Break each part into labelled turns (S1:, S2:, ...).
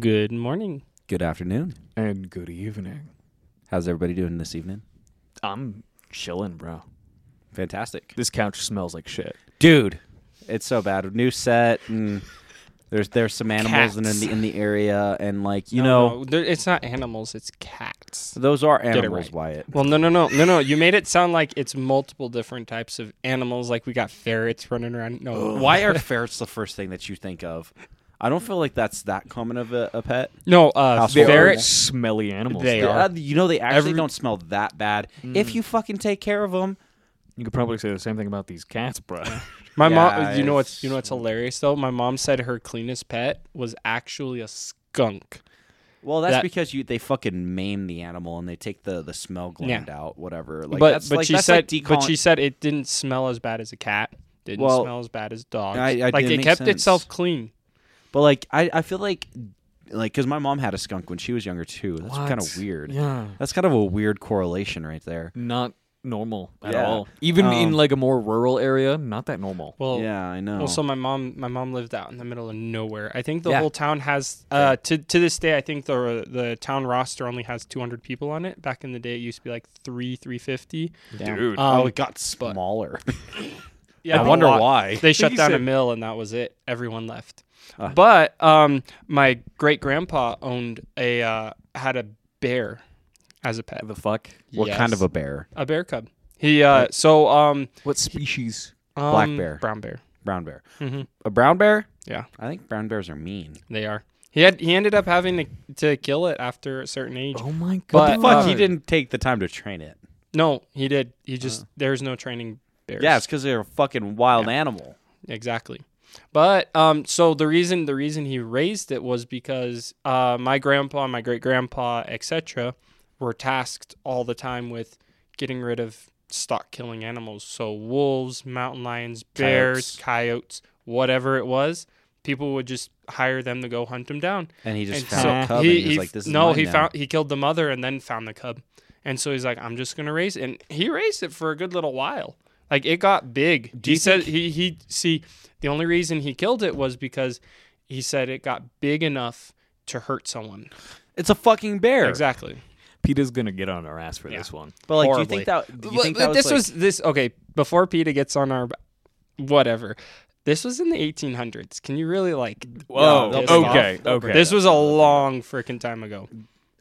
S1: Good morning.
S2: Good afternoon.
S3: And good evening.
S2: How's everybody doing this evening?
S3: I'm chilling, bro.
S2: Fantastic.
S3: This couch smells like shit.
S2: Dude, it's so bad. New set and there's there's some animals in
S1: Cats.
S2: the in the area and like, you
S1: No,
S2: know,
S1: no, there- it's not animals, it's cats.
S2: those are
S1: it
S2: animals,
S1: right.
S2: Wyatt.
S1: Well, no, no, no, no, no. You made it sound like it's multiple different types of animals. Like we got ferrets running around. No,
S2: Why are ferrets the first thing that you think of? I don't feel like that's that common of a, a pet.
S1: no. Uh,
S2: Household
S3: Very
S1: ferrets.
S3: smelly animals.
S1: They
S3: though.
S1: are.
S2: Uh, you know they Mm. actually
S1: Every-
S2: don't smell that bad if you fucking take care of them.
S3: You could probably say the same thing about these cats, bro.
S1: My
S2: Yeah,
S1: mom. You know what's
S2: it's-
S1: you know what's hilarious though. My mom said her cleanest pet was actually a skunk.
S2: Well, that's
S1: That-
S2: because you they fucking maim the animal and they take the, the smell gland out, whatever. Like,
S1: but
S2: that's,
S1: but
S2: like,
S1: she
S2: that's
S1: said
S2: like
S1: but
S2: decol-
S1: she said it didn't smell as bad as a cat. Didn't
S2: Well,
S1: smell as bad as dogs.
S2: I- I- it
S1: like it
S2: makes
S1: kept
S2: sense.
S1: itself clean.
S2: But like I, I feel like like because my mom had a skunk when she was younger too. That's kind of
S3: What?
S2: weird.
S3: Yeah.
S2: That's kind of a weird correlation right there.
S3: Not normal at
S2: Yeah.
S3: all. Even in
S2: Um,
S3: like a more rural area, not that normal.
S1: Well,
S2: yeah, I know.
S1: Well, so my mom, my mom lived out in the middle of nowhere. I think the
S2: Oh. Yeah.
S1: whole town has, uh, to to this day, I think the the town roster only has 200 people on it. Back in the day, it used to be like three, 350.
S2: Damn.
S3: Dude.
S2: oh,
S1: um,
S2: it got smaller.
S1: Yeah,
S2: I
S1: the
S2: wonder
S1: lot-
S2: why.
S1: They shut
S3: you
S1: down a
S3: said-
S1: mill and that was it. Everyone left.
S2: Ah.
S1: But um, my great grandpa owned a uh, had a bear as a pet.
S3: the fuck?
S2: What kind of a bear?
S1: a bear cub? He uh, so um,
S3: What species?
S1: um
S2: Black bear.
S1: brown bear.
S2: Brown bear.
S1: Mhm.
S2: A brown bear?
S1: Yeah.
S2: I think brown bears are mean.
S1: They are. He had he ended up having to, to kill it after a certain age.
S3: Oh my
S1: But,
S3: god.
S1: Uh,
S2: Fuck, he didn't take the time to train it.
S1: No, he did. He just there's no training bears.
S2: Yeah, it's because they're a fucking wild animal.
S1: exactly. But um, so the reason the reason he raised it was because uh, my grandpa, my great grandpa, etc., were tasked all the time with getting rid of stock killing animals. So wolves, mountain lions, bears,
S2: Coyotes.
S1: coyotes, whatever it was. People would just hire them to go hunt them down.
S2: And he just
S1: And
S2: found
S1: so
S2: a cub
S1: he,
S2: and he was
S1: he-
S2: like, "This is
S1: no,
S2: mine
S1: he
S2: now."
S1: found he killed the mother and then found the cub, and so he's like, I'm just gonna raise it. And he raised it for a good little while. Like it got big. he
S2: you
S1: said
S2: think-
S1: he he see the only reason he killed it was because he said it got big enough to hurt someone.
S2: It's a fucking bear.
S1: Exactly.
S3: PETA's gonna get on our ass for this one.
S2: But like, do
S1: Horribly.
S2: you think that? Do you
S1: Well,
S2: think that
S1: this
S2: was, like-
S1: was this okay before PETA gets on our whatever. This was in the 1800s. Can you really like?
S3: Whoa,
S1: this
S2: okay,
S1: off?
S3: okay.
S1: This was a long freaking time ago.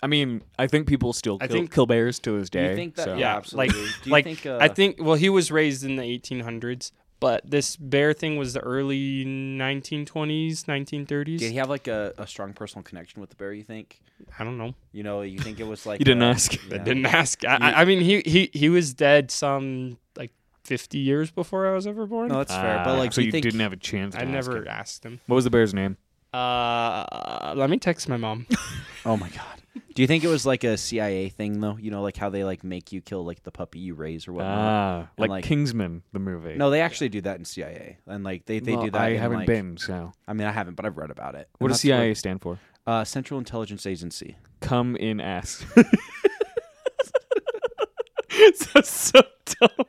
S3: I mean, I think people still
S1: I
S3: kill,
S1: think-
S3: kill bears to this day.
S2: you think that?
S3: so-
S1: Yeah,
S2: Oh, absolutely.
S1: like-
S2: do you
S1: like,
S2: think? Uh,
S1: I think well he was raised in the 1800s, but this bear thing was the early 1920s, 1930s.
S2: Did he have like a, a strong personal connection with the bear? You think?
S1: I don't know.
S2: You know, you think it was like
S3: You didn't
S2: uh,
S3: ask.
S2: yeah.
S1: I didn't ask. I, I, I mean he, he he was dead some like 50 years before I was ever born.
S2: No, that's fair.
S3: Ah,
S2: But like,
S3: so
S2: do
S3: you
S2: think,
S3: didn't have a chance. to
S1: I
S3: ask
S1: never
S3: him.
S1: asked him.
S3: What was the bear's name?
S1: Uh, let me text my mom.
S2: Oh my god. Do you think it was like a CIA thing though? You know, like how they like make you kill like the puppy you raise or whatnot.
S3: Ah, like,
S2: like-
S3: Kingsman, the movie.
S2: no, they actually do that in CIA, and like they, they
S3: Ah, Well,
S2: do that.
S3: I
S2: in,
S3: haven't
S2: like-
S3: been, so.
S2: I mean, I haven't, but I've read about it.
S3: What
S2: And that's
S3: does CIA stand for?
S2: where- uh, Central Intelligence Agency.
S3: Come in ass. so, so dumb.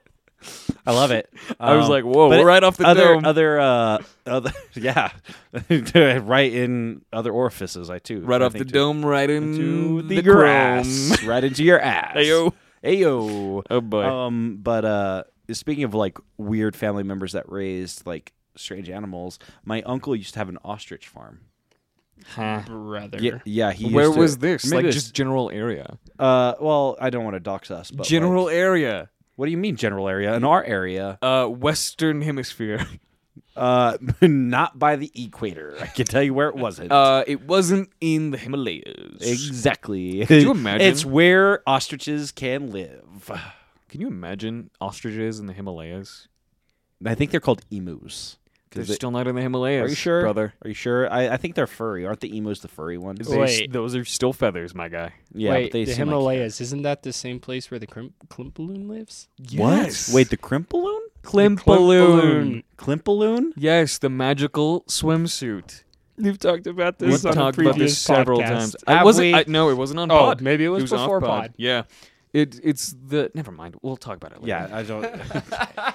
S2: I love it.
S3: I was
S2: Um,
S3: like, whoa,
S2: but it-
S3: right off the
S2: other
S3: dome.
S2: other uh other yeah, right in other orifices. I too
S3: right
S2: I
S3: off the
S2: think, too.
S3: dome, right into
S2: into Mm, the, grass,
S3: chrome.
S2: right into your ass.
S3: Ayo.
S2: ayo.
S3: Oh boy.
S2: Um, but uh, speaking of like weird family members that raised like strange animals, my uncle used to have an ostrich farm.
S3: Huh.
S1: Brother.
S2: Yeah, yeah. He
S3: Where
S2: used to-
S3: was this?
S2: Maybe
S3: Like
S2: it was-
S3: just general area.
S2: uh, well, I don't want to dox us, but
S3: general
S2: like-
S3: area.
S2: what do you mean general area? In our area,
S3: Uh, Western Hemisphere.
S2: uh, not by the equator. I can tell you where it wasn't.
S3: Uh, it wasn't in the Himalayas.
S2: exactly.
S3: Could you imagine?
S2: It's where ostriches can live.
S3: Can you imagine ostriches in the Himalayas?
S2: I think they're called emus.
S3: They're
S2: 'Cause they-
S3: still not in the Himalayas.
S2: Are you sure,
S3: brother?
S2: Are you sure? I, I think they're furry. Aren't the emus the furry one?
S3: They s-
S1: Wait.
S3: those are still feathers, my guy.
S2: Yeah,
S1: Wait,
S2: but they
S1: the
S2: seem like- uh,
S1: Himalayas. isn't that the same place where the crim- Klimpaloon lives?
S2: What? Wait, the crimp balloon?
S3: Klimpaloon.
S2: Climp balloon?
S3: Yes, the magical swimsuit.
S1: We've talked about
S3: We've
S1: this on a
S3: talked
S1: previous
S3: about this several
S1: podcast.
S3: times.
S2: Have
S3: I wasn't.
S2: we?
S3: I, no, it wasn't on
S1: Oh,
S3: pod.
S1: maybe it was,
S3: on
S1: before pod.
S3: Yeah, It it's the never mind. We'll talk about it later.
S2: Yeah, I don't.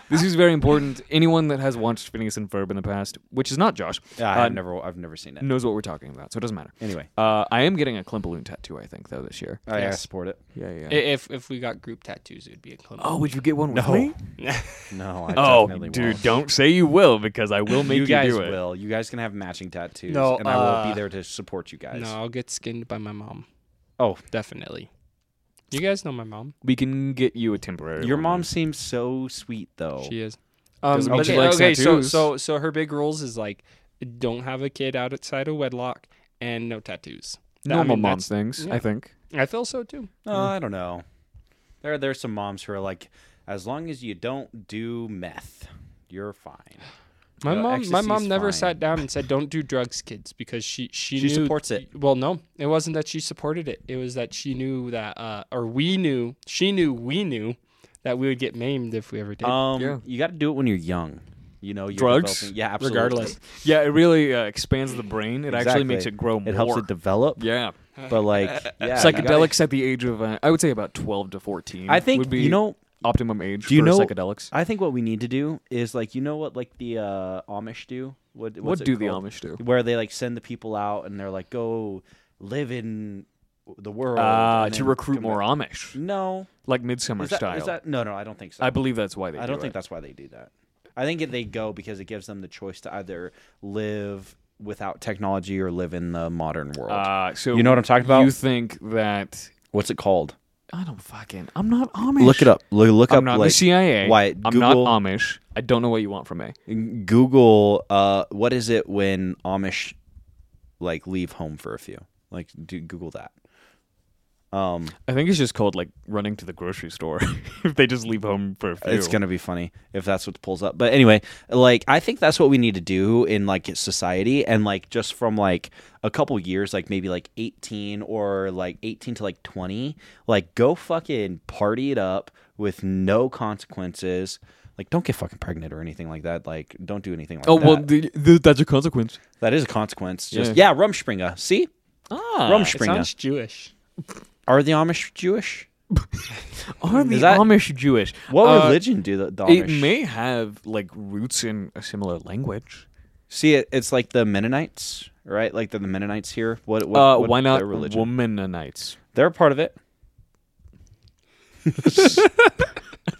S3: This is very important. Anyone that has watched Phineas and Ferb in the past, which is not Josh,
S2: Yeah,
S3: uh,
S2: I've never, I've never seen it.
S3: knows what we're talking about, so it doesn't matter.
S2: Anyway,
S3: Uh, I am getting a Klimpaloon tattoo, I think, though this year.
S2: I, I
S1: Yes.
S2: support it.
S3: Yeah, yeah.
S1: I- If if we got group tattoos, it'd be a Klimt.
S3: oh, would you get one with
S2: No.
S3: me?
S2: No, I
S3: Oh,
S2: definitely
S3: dude,
S2: won't.
S3: don't say you will because I will make you,
S2: you guys
S3: do it.
S2: will. You guys can have matching tattoos,
S1: No,
S2: and I will
S1: uh,
S2: be there to support you guys.
S1: no, I'll get skinned by my mom.
S2: Oh.
S1: definitely. You guys know my mom.
S3: We can get you a temporary.
S2: Your
S3: one.
S2: mom seems so sweet, though.
S1: She is. Oh. Um,
S3: Doesn't mean
S1: but-
S3: she likes
S1: okay, so
S3: tattoos.
S1: so so her big rules is like, don't have a kid outside of wedlock and no tattoos. That- I
S3: normal
S1: mean,
S3: mom
S1: that's-
S3: things,
S1: yeah.
S3: I think.
S1: I feel so too.
S2: Oh, I don't know. There, there's some moms who are like, as long as you don't do meth, you're fine.
S1: My
S2: No,
S1: mom, my
S2: ecstasy's
S1: mom never
S2: fine.
S1: sat down and said, "Don't do drugs, kids," because she she,
S2: She
S1: knew-
S2: supports it.
S1: Well, no, it wasn't that she supported it. It was that she knew that, uh, or we knew, she knew, we knew that we would get maimed if we ever did. Uh,
S2: Um,
S3: Yeah.
S2: you got to do it when you're young. You know, you're
S3: Drugs?
S2: developing- Yeah, absolutely.
S1: regardless,
S3: Yeah, it really uh, expands the brain. It
S2: Exactly.
S3: actually makes it grow more.
S2: It helps it develop,
S3: yeah.
S2: but like yeah, you gotta-
S3: psychedelics at the age of, uh, I would say about 12 to 14.
S2: I think
S3: would be
S2: you know.
S3: optimum age
S2: Do you
S3: for
S2: know-
S3: psychedelics.
S2: I think what we need to do is like you know what like the uh, Amish do. What
S3: What
S2: what's it
S3: do the
S2: called?
S3: Amish do?
S2: Where they like send the people out and they're like go live in the world
S3: Uh,
S2: and
S3: to
S2: then
S3: recruit
S2: come
S3: more
S2: back.
S3: Amish,
S2: No,
S3: like midsummer
S2: is that,
S3: style.
S2: is that no no? I don't think so.
S3: I believe that's why they.
S2: I
S3: do
S2: don't think
S3: it.
S2: that's why they do that. I think it, they go because it gives them the choice to either live without technology or live in the modern world.
S3: Uh, so
S2: You know what I'm talking about?
S3: You think that
S2: What's it called?
S3: I don't fucking. I'm not Amish.
S2: Look it up. Look, look
S3: I'm
S2: up.
S3: not
S2: like,
S3: the CIA.
S2: Why?
S3: I'm
S2: Google,
S3: not Amish. I don't know what you want from me.
S2: Google. Uh, what is it when Amish like leave home for a few? Like, do Google that. Um,
S3: I think it's just called like running to the grocery store if they just leave home for a few.
S2: It's gonna be funny if that's what pulls up. But anyway, like I think that's what we need to do in like society, and like just from like a couple years, like maybe like eighteen or like eighteen to like twenty, like go fucking party it up with no consequences. Like don't get fucking pregnant or anything like that. Like don't do anything like
S3: Oh
S2: that.
S3: well, the, the, that's a consequence.
S2: that is a consequence. Just
S3: Yeah.
S2: yeah, Rumspringa. See,
S3: Ah,
S1: it
S2: Rumspringa.
S1: sounds Jewish.
S2: Are the Amish Jewish?
S3: are the
S2: Is that-
S3: Amish Jewish?
S2: What
S3: Uh,
S2: religion do the, the
S3: It
S2: Amish?
S3: may have like roots in a similar language.
S2: See, it, it's like the Mennonites, right? Like the, the Mennonites here. What? what
S3: Uh,
S2: what
S3: why not
S2: Their religion?
S3: Womanites?
S2: They're a part of it.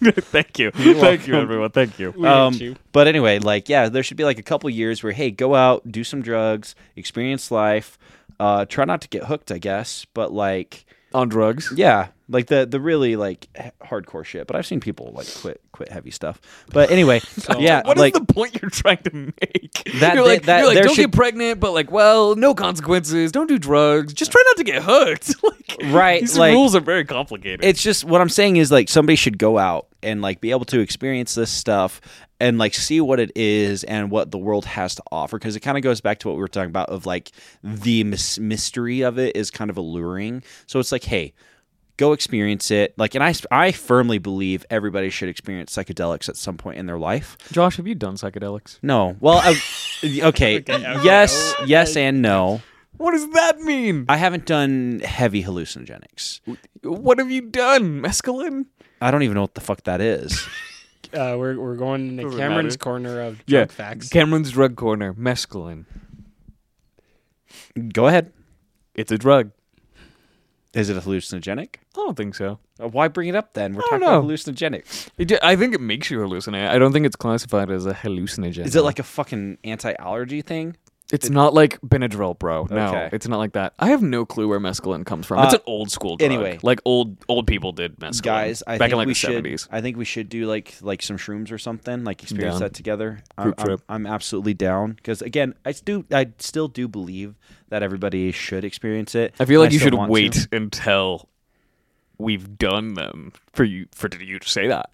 S3: Thank you, thank you, everyone. Thank you.
S1: We
S2: Um,
S1: hate you.
S2: But anyway, like yeah, there should be like a couple years where hey, go out, do some drugs, experience life. Uh, try not to get hooked, I guess. But like,
S3: On drugs.
S2: yeah, like the the really like h- hardcore shit. But I've seen people like quit quit heavy stuff. But anyway, yeah,
S3: What is
S2: like
S3: the point you're trying to make?
S2: That- that-
S3: you're like,
S2: that-
S3: you're like,
S2: there
S3: don't
S2: should-
S3: get pregnant, but like, well, no consequences. Don't do drugs. Just try not to get hooked. like,
S2: Right,
S3: These
S2: like-
S3: rules are very complicated.
S2: it's just what I'm saying is like somebody should go out and like be able to experience this stuff and like see what it is and what the world has to offer because it kind of goes back to what we were talking about of like the mys- mystery of it is kind of alluring. So it's like, hey, go experience it. Like, and I I firmly believe everybody should experience psychedelics at some point in their life.
S3: Josh, have you done psychedelics?
S2: No, well, I, okay, yes, yes, and no.
S3: What does that mean?
S2: I haven't done heavy hallucinogenics.
S3: What have you done? Mescaline?
S2: I don't even know what the fuck that is.
S1: Uh, we're we're going into
S3: Doesn't
S1: Cameron's
S3: matter.
S1: corner of drug
S3: Yeah.
S1: facts.
S3: Cameron's drug corner. Mescaline.
S2: Go ahead.
S3: It's a drug.
S2: Is it hallucinogenic?
S3: I don't think so.
S2: Uh, Why bring it up then? We're
S3: I don't
S2: talking about
S3: know.
S2: hallucinogenics.
S3: It ju- I think it makes you hallucinate. I don't think it's classified as a hallucinogen.
S2: Is it like a fucking anti-allergy thing?
S3: It's not like Benadryl, bro. No,
S2: Okay.
S3: it's not like that. I have no clue where mescaline comes from. it's
S2: Uh,
S3: an old school drug.
S2: anyway.
S3: like old old people did mescaline.
S2: Guys, I think
S3: back in like
S2: we
S3: the
S2: should.
S3: 70s.
S2: I think we should do like like some shrooms or something. Like experience
S3: down.
S2: that together.
S3: Group
S2: I'm,
S3: trip.
S2: I'm, I'm absolutely down because again, I do. I still do believe that everybody should experience it.
S3: I feel like
S2: and
S3: you
S2: still
S3: should
S2: want to.
S3: wait until we've done them for you for you to say that.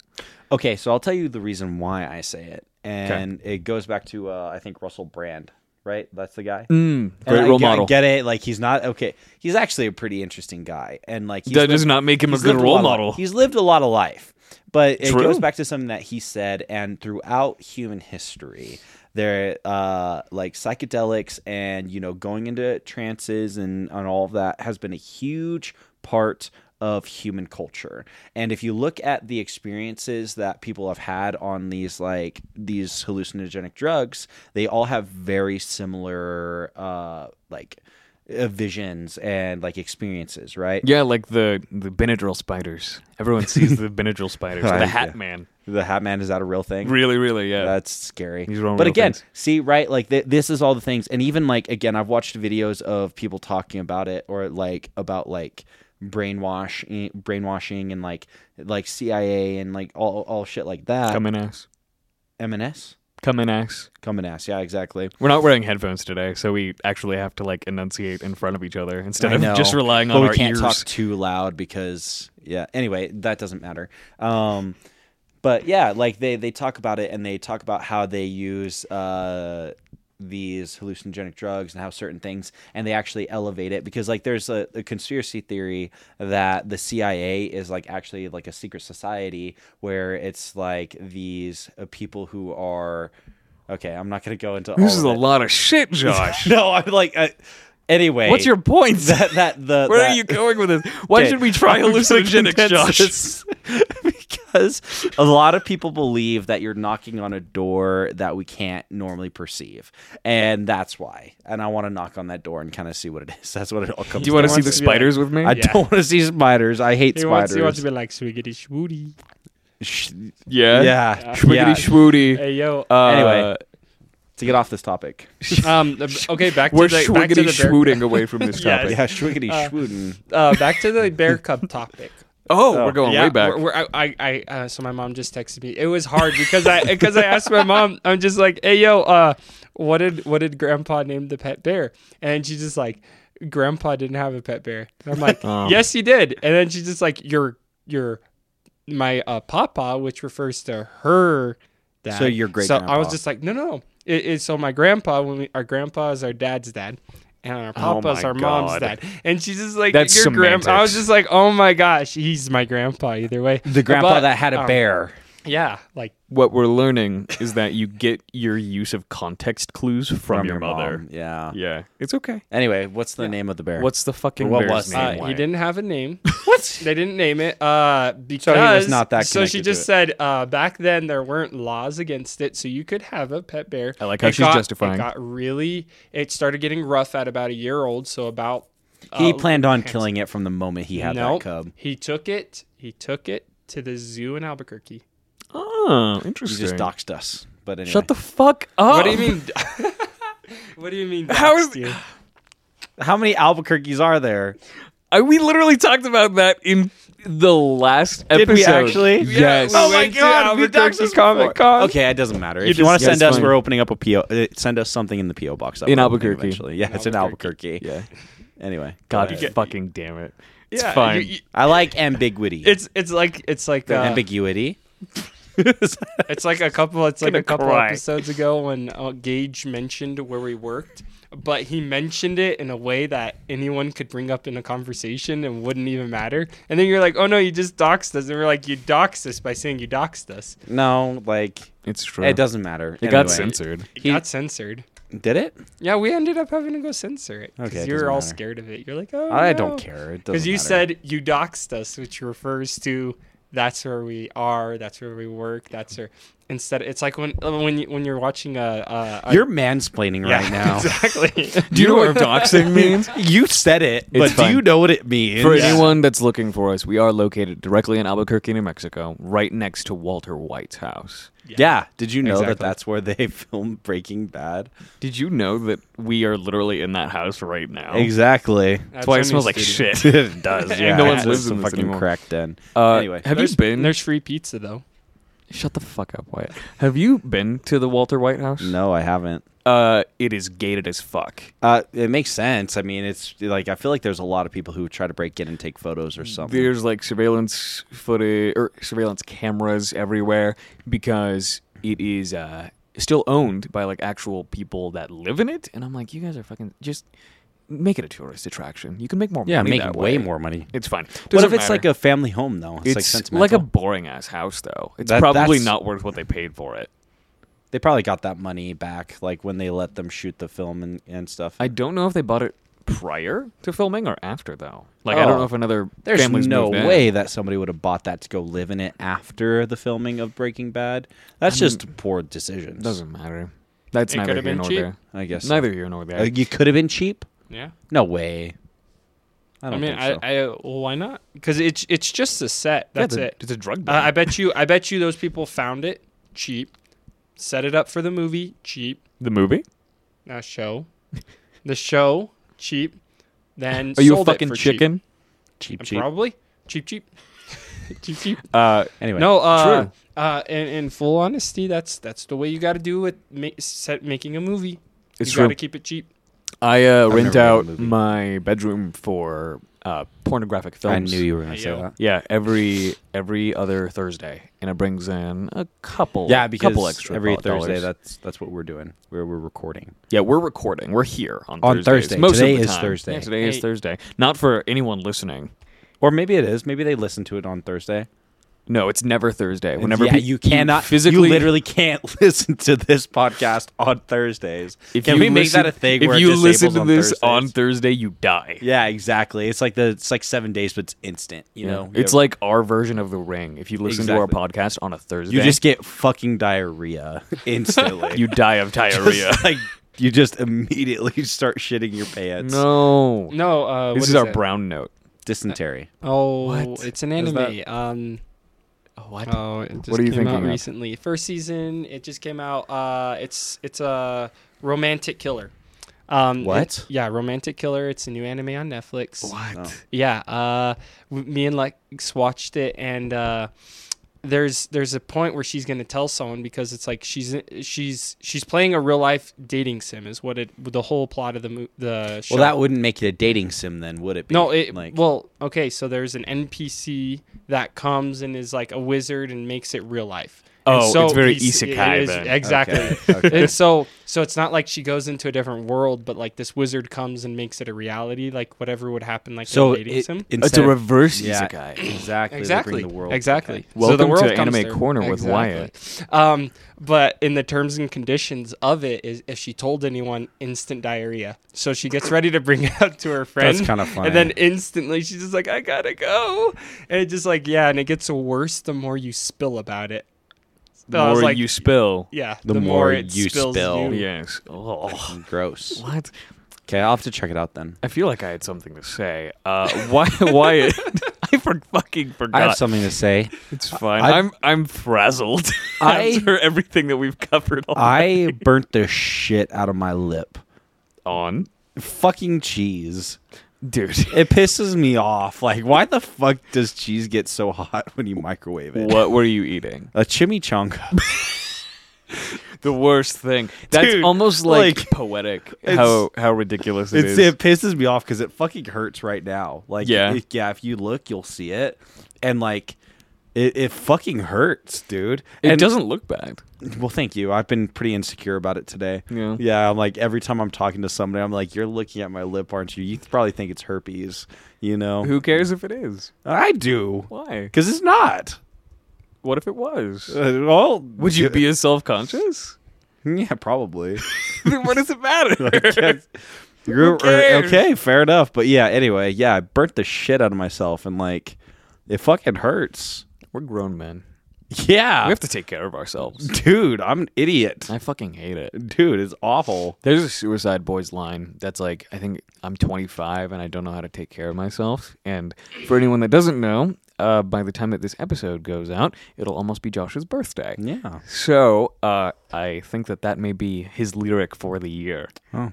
S2: Okay, so I'll tell you the reason why I say it, and it goes back to uh, I think Russell Brand. Right, that's the guy. Mm. And
S3: great
S2: I
S3: role
S2: get- I
S3: model.
S2: get it. Like he's not okay. He's actually a pretty interesting guy, and like he's
S3: that
S2: lived-
S3: does not make him a
S2: he's
S3: good
S2: lived
S3: role
S2: lot of-
S3: model.
S2: he's lived a lot of life, but it
S3: True.
S2: goes back to something that he said, and throughout human history, there, uh, like psychedelics and you know going into trances and and all of that has been a huge part of human culture. And if you look at the experiences that people have had on these like these hallucinogenic drugs, they all have very similar uh like uh, visions and like experiences, right?
S3: Yeah, like the the Benadryl spiders. Everyone sees the Benadryl spiders. The
S2: Right,
S3: Hat
S2: yeah.
S3: Man.
S2: The Hat Man is that a real thing?
S3: Really, really, yeah.
S2: That's scary.
S3: These are all
S2: but
S3: real
S2: again,
S3: things.
S2: see, right? Like th- this is all the things, and even like again, I've watched videos of people talking about it, or like about like brainwash, eh, brainwashing, and like like CIA and like all all shit like that.
S3: Come and ass.
S2: M&S,
S3: Come and ass.
S2: come and ask. Yeah, exactly.
S3: We're not wearing headphones today, so we actually have to like enunciate in front of each other instead
S2: I know,
S3: of just relying
S2: but
S3: on
S2: we
S3: our
S2: can't
S3: ears.
S2: talk too loud because yeah. Anyway, that doesn't matter. Um, but yeah, like they they talk about it and they talk about how they use uh these hallucinogenic drugs and how certain things and they actually elevate it because like there's a, a conspiracy theory that the CIA is like actually like a secret society where it's like these uh, people who are okay I'm not gonna go into all
S3: this is
S2: of
S3: a
S2: it.
S3: lot of shit, Josh.
S2: no I'm like I, anyway
S3: What's your point?
S2: that that the
S3: Where
S2: that-
S3: are you going with this? Why
S2: Okay.
S3: should we try
S2: I'm gonna
S3: hallucinogenics,
S2: condense
S3: Josh?
S2: this. because a lot of people believe that you're knocking on a door that we can't normally perceive, and that's why. And I want to knock on that door and kind of see what it is. That's what it all comes.
S3: Do you want to
S2: down
S3: see the
S1: wants to be like-
S3: spiders with me?
S2: I
S1: Yeah.
S2: don't want to see spiders. I hate
S1: He wants,
S2: spiders.
S1: he wants to be like swiggity swooty.
S2: Sh-
S3: yeah.
S2: yeah,
S3: Schwiggity
S2: yeah.
S3: swooty.
S1: Hey yo.
S3: Uh,
S2: Anyway. To get off this topic,
S1: um. Okay. Back to
S3: we're
S1: the back to
S3: schwiggity
S1: the bear,
S3: swooting away from this
S1: Yes.
S3: topic.
S2: yeah, shwiggity schwootin.
S1: uh, back to the bear cub topic.
S3: Oh, we're going
S1: yeah,
S3: way back.
S1: We're, we're- I, I, I, uh, so my mom just texted me. It was hard because I because I asked my mom. I'm just like, hey yo, uh, what did what did Grandpa name the pet bear? And she's just like, Grandpa didn't have a pet bear. And I'm like,
S3: Oh.
S1: yes, he did. And then she's just like, your your my uh, papa, which refers to her. Dad.
S2: So your great
S1: So I was
S2: grandpa.
S1: just like, no, no. It, it, so my grandpa, when we, our grandpa is our dad's dad, and our
S3: Oh
S1: papa's
S3: my
S1: our
S3: God.
S1: mom's dad, and she's just like,
S3: That's
S1: your grandpa. I was
S3: semantics.
S1: just it's like, oh my gosh, he's my grandpa either way.
S2: The grandpa
S1: But,
S2: that had a
S1: um,
S2: bear.
S1: Yeah, like
S3: what we're learning is that you get your use of context clues from, your, mother.
S2: mom. Yeah.
S3: Yeah, it's okay.
S2: Anyway, what's the name of the bear?
S3: What's the fucking
S2: What
S3: bear's
S2: was
S3: name?
S1: uh,
S2: Anyway.
S1: he didn't have a name.
S2: what?
S1: they didn't name it uh, because
S2: not that
S1: So she
S2: connected
S1: just
S2: to it.
S1: said uh, back then there weren't laws against it, so you could have a pet bear.
S3: I like how
S1: It
S3: she's
S1: got-
S3: justifying.
S1: It got really. It started getting rough at about a year old, so about.
S2: He
S1: uh,
S2: planned on killing it from the moment he had
S1: no,
S2: that cub.
S1: he took it. He took it to the zoo in Albuquerque.
S3: Oh,
S2: He
S3: interesting.
S2: just doxed us. But anyway,
S3: Shut the fuck up.
S1: What do you mean? what do you mean?
S3: Oh. How
S1: doxed
S3: is-
S1: you?
S2: how many Albuquerques are there?
S3: I, we literally talked about that in the last episode.
S2: Did we actually?
S3: Yes.
S1: Oh my God, we doxed us before.
S2: Okay, it doesn't matter. if
S3: You
S2: you
S3: just-
S2: want to
S3: yeah, it's
S2: send us,
S3: fine.
S2: we're opening up a PO. uh, Send us something in the PO box. that
S3: In
S2: we're
S3: Albuquerque.
S2: opening eventually. Yeah, it's in Albuquerque.
S3: Yeah.
S2: Anyway, go
S3: God
S2: ahead.
S3: fucking damn it. It's
S1: Yeah,
S3: fine.
S1: you- you-
S2: I like ambiguity.
S1: it's it's like it's like uh,
S2: ambiguity.
S1: It's like a couple. It's like
S3: Gonna
S1: a couple
S3: cry.
S1: episodes ago when uh, Gage mentioned where we worked, but he mentioned it in a way that anyone could bring up in a conversation and wouldn't even matter. And then you're like, "Oh no, you just doxed us," and we're like, "You doxed us by saying you doxed us."
S2: no, like
S3: it's true.
S2: it doesn't matter.
S3: It got
S2: Anyway.
S3: censored.
S1: It
S2: He-
S1: got censored.
S2: Did it?
S1: Yeah, we ended up having to go censor it
S2: Okay,
S1: because
S2: it
S1: you were
S2: doesn't
S1: all
S2: matter.
S1: scared of it. You're like, "Oh,
S2: I don't care. It doesn't.
S1: because you
S2: matter.
S1: said you doxed us, which refers to that's where we are, that's where we work, that's where. Instead, it's like when uh, when you, when you're watching a, a, a
S2: you're mansplaining right now.
S1: exactly.
S3: Do you know what doxing means?
S2: You said it, but do
S3: fine.
S2: you know what it means?
S3: For anyone that's looking for us, we are located directly in Albuquerque, New Mexico, right next to Walter White's house.
S2: yeah. Did you know that
S1: Exactly.
S2: that's where they filmed Breaking Bad?
S3: Did you know that we are literally in that house right now?
S2: Exactly.
S3: That's why it
S1: That's our
S3: smells
S1: new
S3: like
S1: studio.
S3: shit.
S2: it does. Yeah,
S3: no
S2: It's
S3: one lives
S2: just
S3: in
S2: a
S3: this
S2: fucking
S3: anymore.
S2: crack den.
S3: Uh,
S2: anyway,
S3: have you
S1: There's,
S3: been?
S1: There's free pizza though.
S3: Shut the fuck up, Wyatt. Have you been to the Walter White house?
S2: no, I haven't.
S3: Uh, it is gated as fuck.
S2: Uh, it makes sense. I mean, it's like I feel like there's a lot of people who try to break in and take photos or something.
S3: There's like surveillance footage or surveillance cameras everywhere because it is uh, still owned by like actual people that live in it. And I'm like, you guys are fucking just make it a tourist attraction. You can make more
S2: yeah,
S3: money.
S2: make
S3: that
S2: way more money.
S3: It's fine.
S2: what if it's like a family home though? It's, like
S3: It's,
S2: sentimental.
S3: like, a boring ass house though. It's
S2: That-
S3: probably
S2: that's-
S3: not worth what they paid for it.
S2: they probably got that money back, like when they let them shoot the film and, and stuff.
S3: I don't know if they bought it prior to filming or after though? Like I don't
S2: Oh.
S3: know if another
S2: There's
S3: family's
S2: no
S3: moved in.
S2: way that somebody would have bought that to go live in it after the filming of Breaking Bad. That's just poor decisions.
S3: Doesn't matter. That's
S1: It
S3: neither
S1: could've
S3: here
S1: been
S3: nor
S1: cheap.
S3: there.
S2: I guess so.
S3: Neither here nor there.
S2: Uh, you could have been cheap.
S1: Yeah.
S2: No way. I
S1: I,
S2: don't
S1: mean,
S2: think so.
S1: I, I, well, why not? Because it's it's just a set.
S3: Yeah,
S1: That's
S3: it's a-
S1: it.
S3: It's a drug.
S1: Uh,
S3: den.
S1: I bet you. I bet you those people found it cheap, set it up for the movie cheap.
S3: the movie.
S1: Now show, the show cheap. Then
S3: Are you a
S1: sold it
S3: fucking
S1: for cheap.
S3: chicken?
S2: cheap,
S1: Uh,
S2: cheap.
S1: Probably cheap, cheap, cheap, cheap.
S3: Uh,
S2: anyway,
S1: No, uh,
S3: True.
S1: uh, in, in full honesty, that's that's the way you got to do with ma- set making a movie.
S3: It's
S1: you
S3: true.
S1: got to keep it cheap.
S3: I uh, rent
S2: never
S3: out
S2: made a movie.
S3: my bedroom for uh, pornographic
S2: I
S3: films.
S2: knew you were going to say
S1: Ayo.
S2: that.
S3: Yeah, every every other Thursday, and it brings in a couple.
S2: Yeah, because
S3: couple extra
S2: every
S3: dollars.
S2: Thursday, that's that's what we're doing. Where we're recording.
S3: yeah, we're recording. We're here on
S2: On
S3: Thursdays.
S2: Thursday.
S3: Most
S2: Today
S3: of the
S2: is
S3: time.
S2: Thursday.
S3: Yeah, today is
S1: Hey.
S3: Thursday. Not for anyone listening.
S2: Or maybe it is. Maybe they listen to it on Thursday.
S3: No, it's never Thursday. Whenever
S2: yeah,
S3: pe-
S2: you cannot You
S3: physically,
S2: literally can't listen to this podcast on Thursdays.
S3: If
S2: Can
S3: you
S2: we make
S3: listen-
S2: that a thing?
S3: If
S2: where it
S3: you
S2: just
S3: listen
S2: labels
S3: to
S2: on
S3: this
S2: Thursdays?
S3: on Thursday, you die.
S2: yeah, exactly. It's like the it's like seven days, but it's instant. You know,
S3: it's
S2: You-
S3: like our version of the Ring. If you listen to
S2: Exactly.
S3: our podcast on a Thursday,
S2: you just get fucking diarrhea instantly.
S3: you die of diarrhea.
S2: Just, like you just immediately start shitting your pants.
S3: no,
S1: No, uh,
S3: this
S1: what
S3: is our
S1: it?
S3: brown note.
S2: dysentery.
S1: Oh,
S3: What?
S1: it's an
S3: Is
S1: anime.
S3: that-
S1: Um,
S3: What?
S1: oh, it just
S3: are you
S1: came out
S3: thinking of?
S1: recently. First season, it just came out. Uh, it's it's a romantic killer. Um, it-
S2: What?
S1: yeah, romantic killer. It's a new anime on Netflix.
S3: what?
S2: No.
S1: Yeah, uh, w- me and Lex watched it, and uh, there's there's a point where she's gonna tell someone because it's like she's she's she's playing a real life dating sim is what it the whole plot of the mo- the show.
S2: Well, that wouldn't make it a dating sim, then, would it? Be?
S1: no, it
S2: like
S1: well okay, so there's an NPC that comes and is like a wizard and makes it real life. And
S3: Oh,
S1: so
S3: it's very
S1: he's- it
S3: isekai
S1: is-
S3: then.
S1: exactly.
S2: Okay, okay.
S1: and so so it's not like she goes into a different world, but like this wizard comes and makes it a reality, like whatever would happen like in
S2: so
S1: a dating
S2: it,
S1: sim.
S3: It's a
S2: instead of-
S3: reverse
S2: Yeah,
S3: isekai.
S2: exactly. they bring
S1: Exactly.
S2: The world.
S1: Exactly.
S2: Okay.
S3: Welcome
S1: the world
S3: to
S1: comes
S3: Anime
S1: there.
S3: Corner with
S1: Wyatt. Um, but in the terms and conditions of it is if she told anyone, instant diarrhea. So she gets ready to bring it up to her friend.
S2: kinda funny.
S1: And then instantly she's just like, I gotta go. And it just like, yeah, and it gets worse the more you spill about it.
S3: The
S1: So I was
S3: more
S1: like,
S3: you spill.
S1: yeah,
S2: the
S1: the,
S2: more
S1: more, it
S2: you
S1: spills
S2: spill.
S1: you.
S3: Yes. Oh.
S2: Gross.
S3: What?
S2: Okay, I'll have to check it out then.
S3: I feel like I had something to say. Uh, why? Why? I for, fucking forgot.
S2: I have something to say.
S3: It's fine.
S2: I-
S3: I, am I'm frazzled
S2: I-
S3: after everything that we've covered all
S2: I burnt the shit out of my lip.
S3: on,
S2: Fucking cheese.
S3: dude.
S2: It pisses me off. Like, why the fuck does cheese get so hot when you microwave it?
S3: What were you eating?
S2: A chimichanga.
S3: The worst thing. That's
S2: Dude,
S3: almost like,
S2: like,
S3: poetic.
S2: it's-
S3: How how ridiculous it
S2: It's,
S3: is.
S2: it pisses me off because it fucking hurts right now. Like,
S3: Yeah.
S2: it- yeah. If you look, you'll see it, and like, it, it fucking hurts, dude.
S3: It
S2: and
S3: doesn't look bad.
S2: Well, thank you. I've been pretty insecure about it today.
S3: Yeah.
S2: I'm like every time I'm talking to somebody, I'm like, "You're looking at my lip, aren't you? You probably think it's herpes." You know,
S3: Who cares if it is?
S2: I do
S3: Why?
S2: because it's not.
S3: What if it was?
S2: Uh, well,
S3: Would you be as self conscious?
S2: Yeah, probably.
S3: what does it matter?
S2: You're- or-
S3: cares?
S2: er, okay, fair enough. But yeah, anyway, yeah, I burnt the shit out of myself, and like, it fucking hurts.
S3: We're grown men.
S2: Yeah,
S3: We have to take care of ourselves.
S2: dude, I'm an idiot.
S3: I fucking hate it.
S2: Dude, it's awful.
S3: There's a Suicide Boys line that's like, I think I'm 25 and I don't know how to take care of myself. And for anyone that doesn't know, uh, by the time that this episode goes out, it'll almost be Josh's birthday.
S2: Yeah.
S3: So uh, I think that that may be his lyric for the year.
S2: Oh.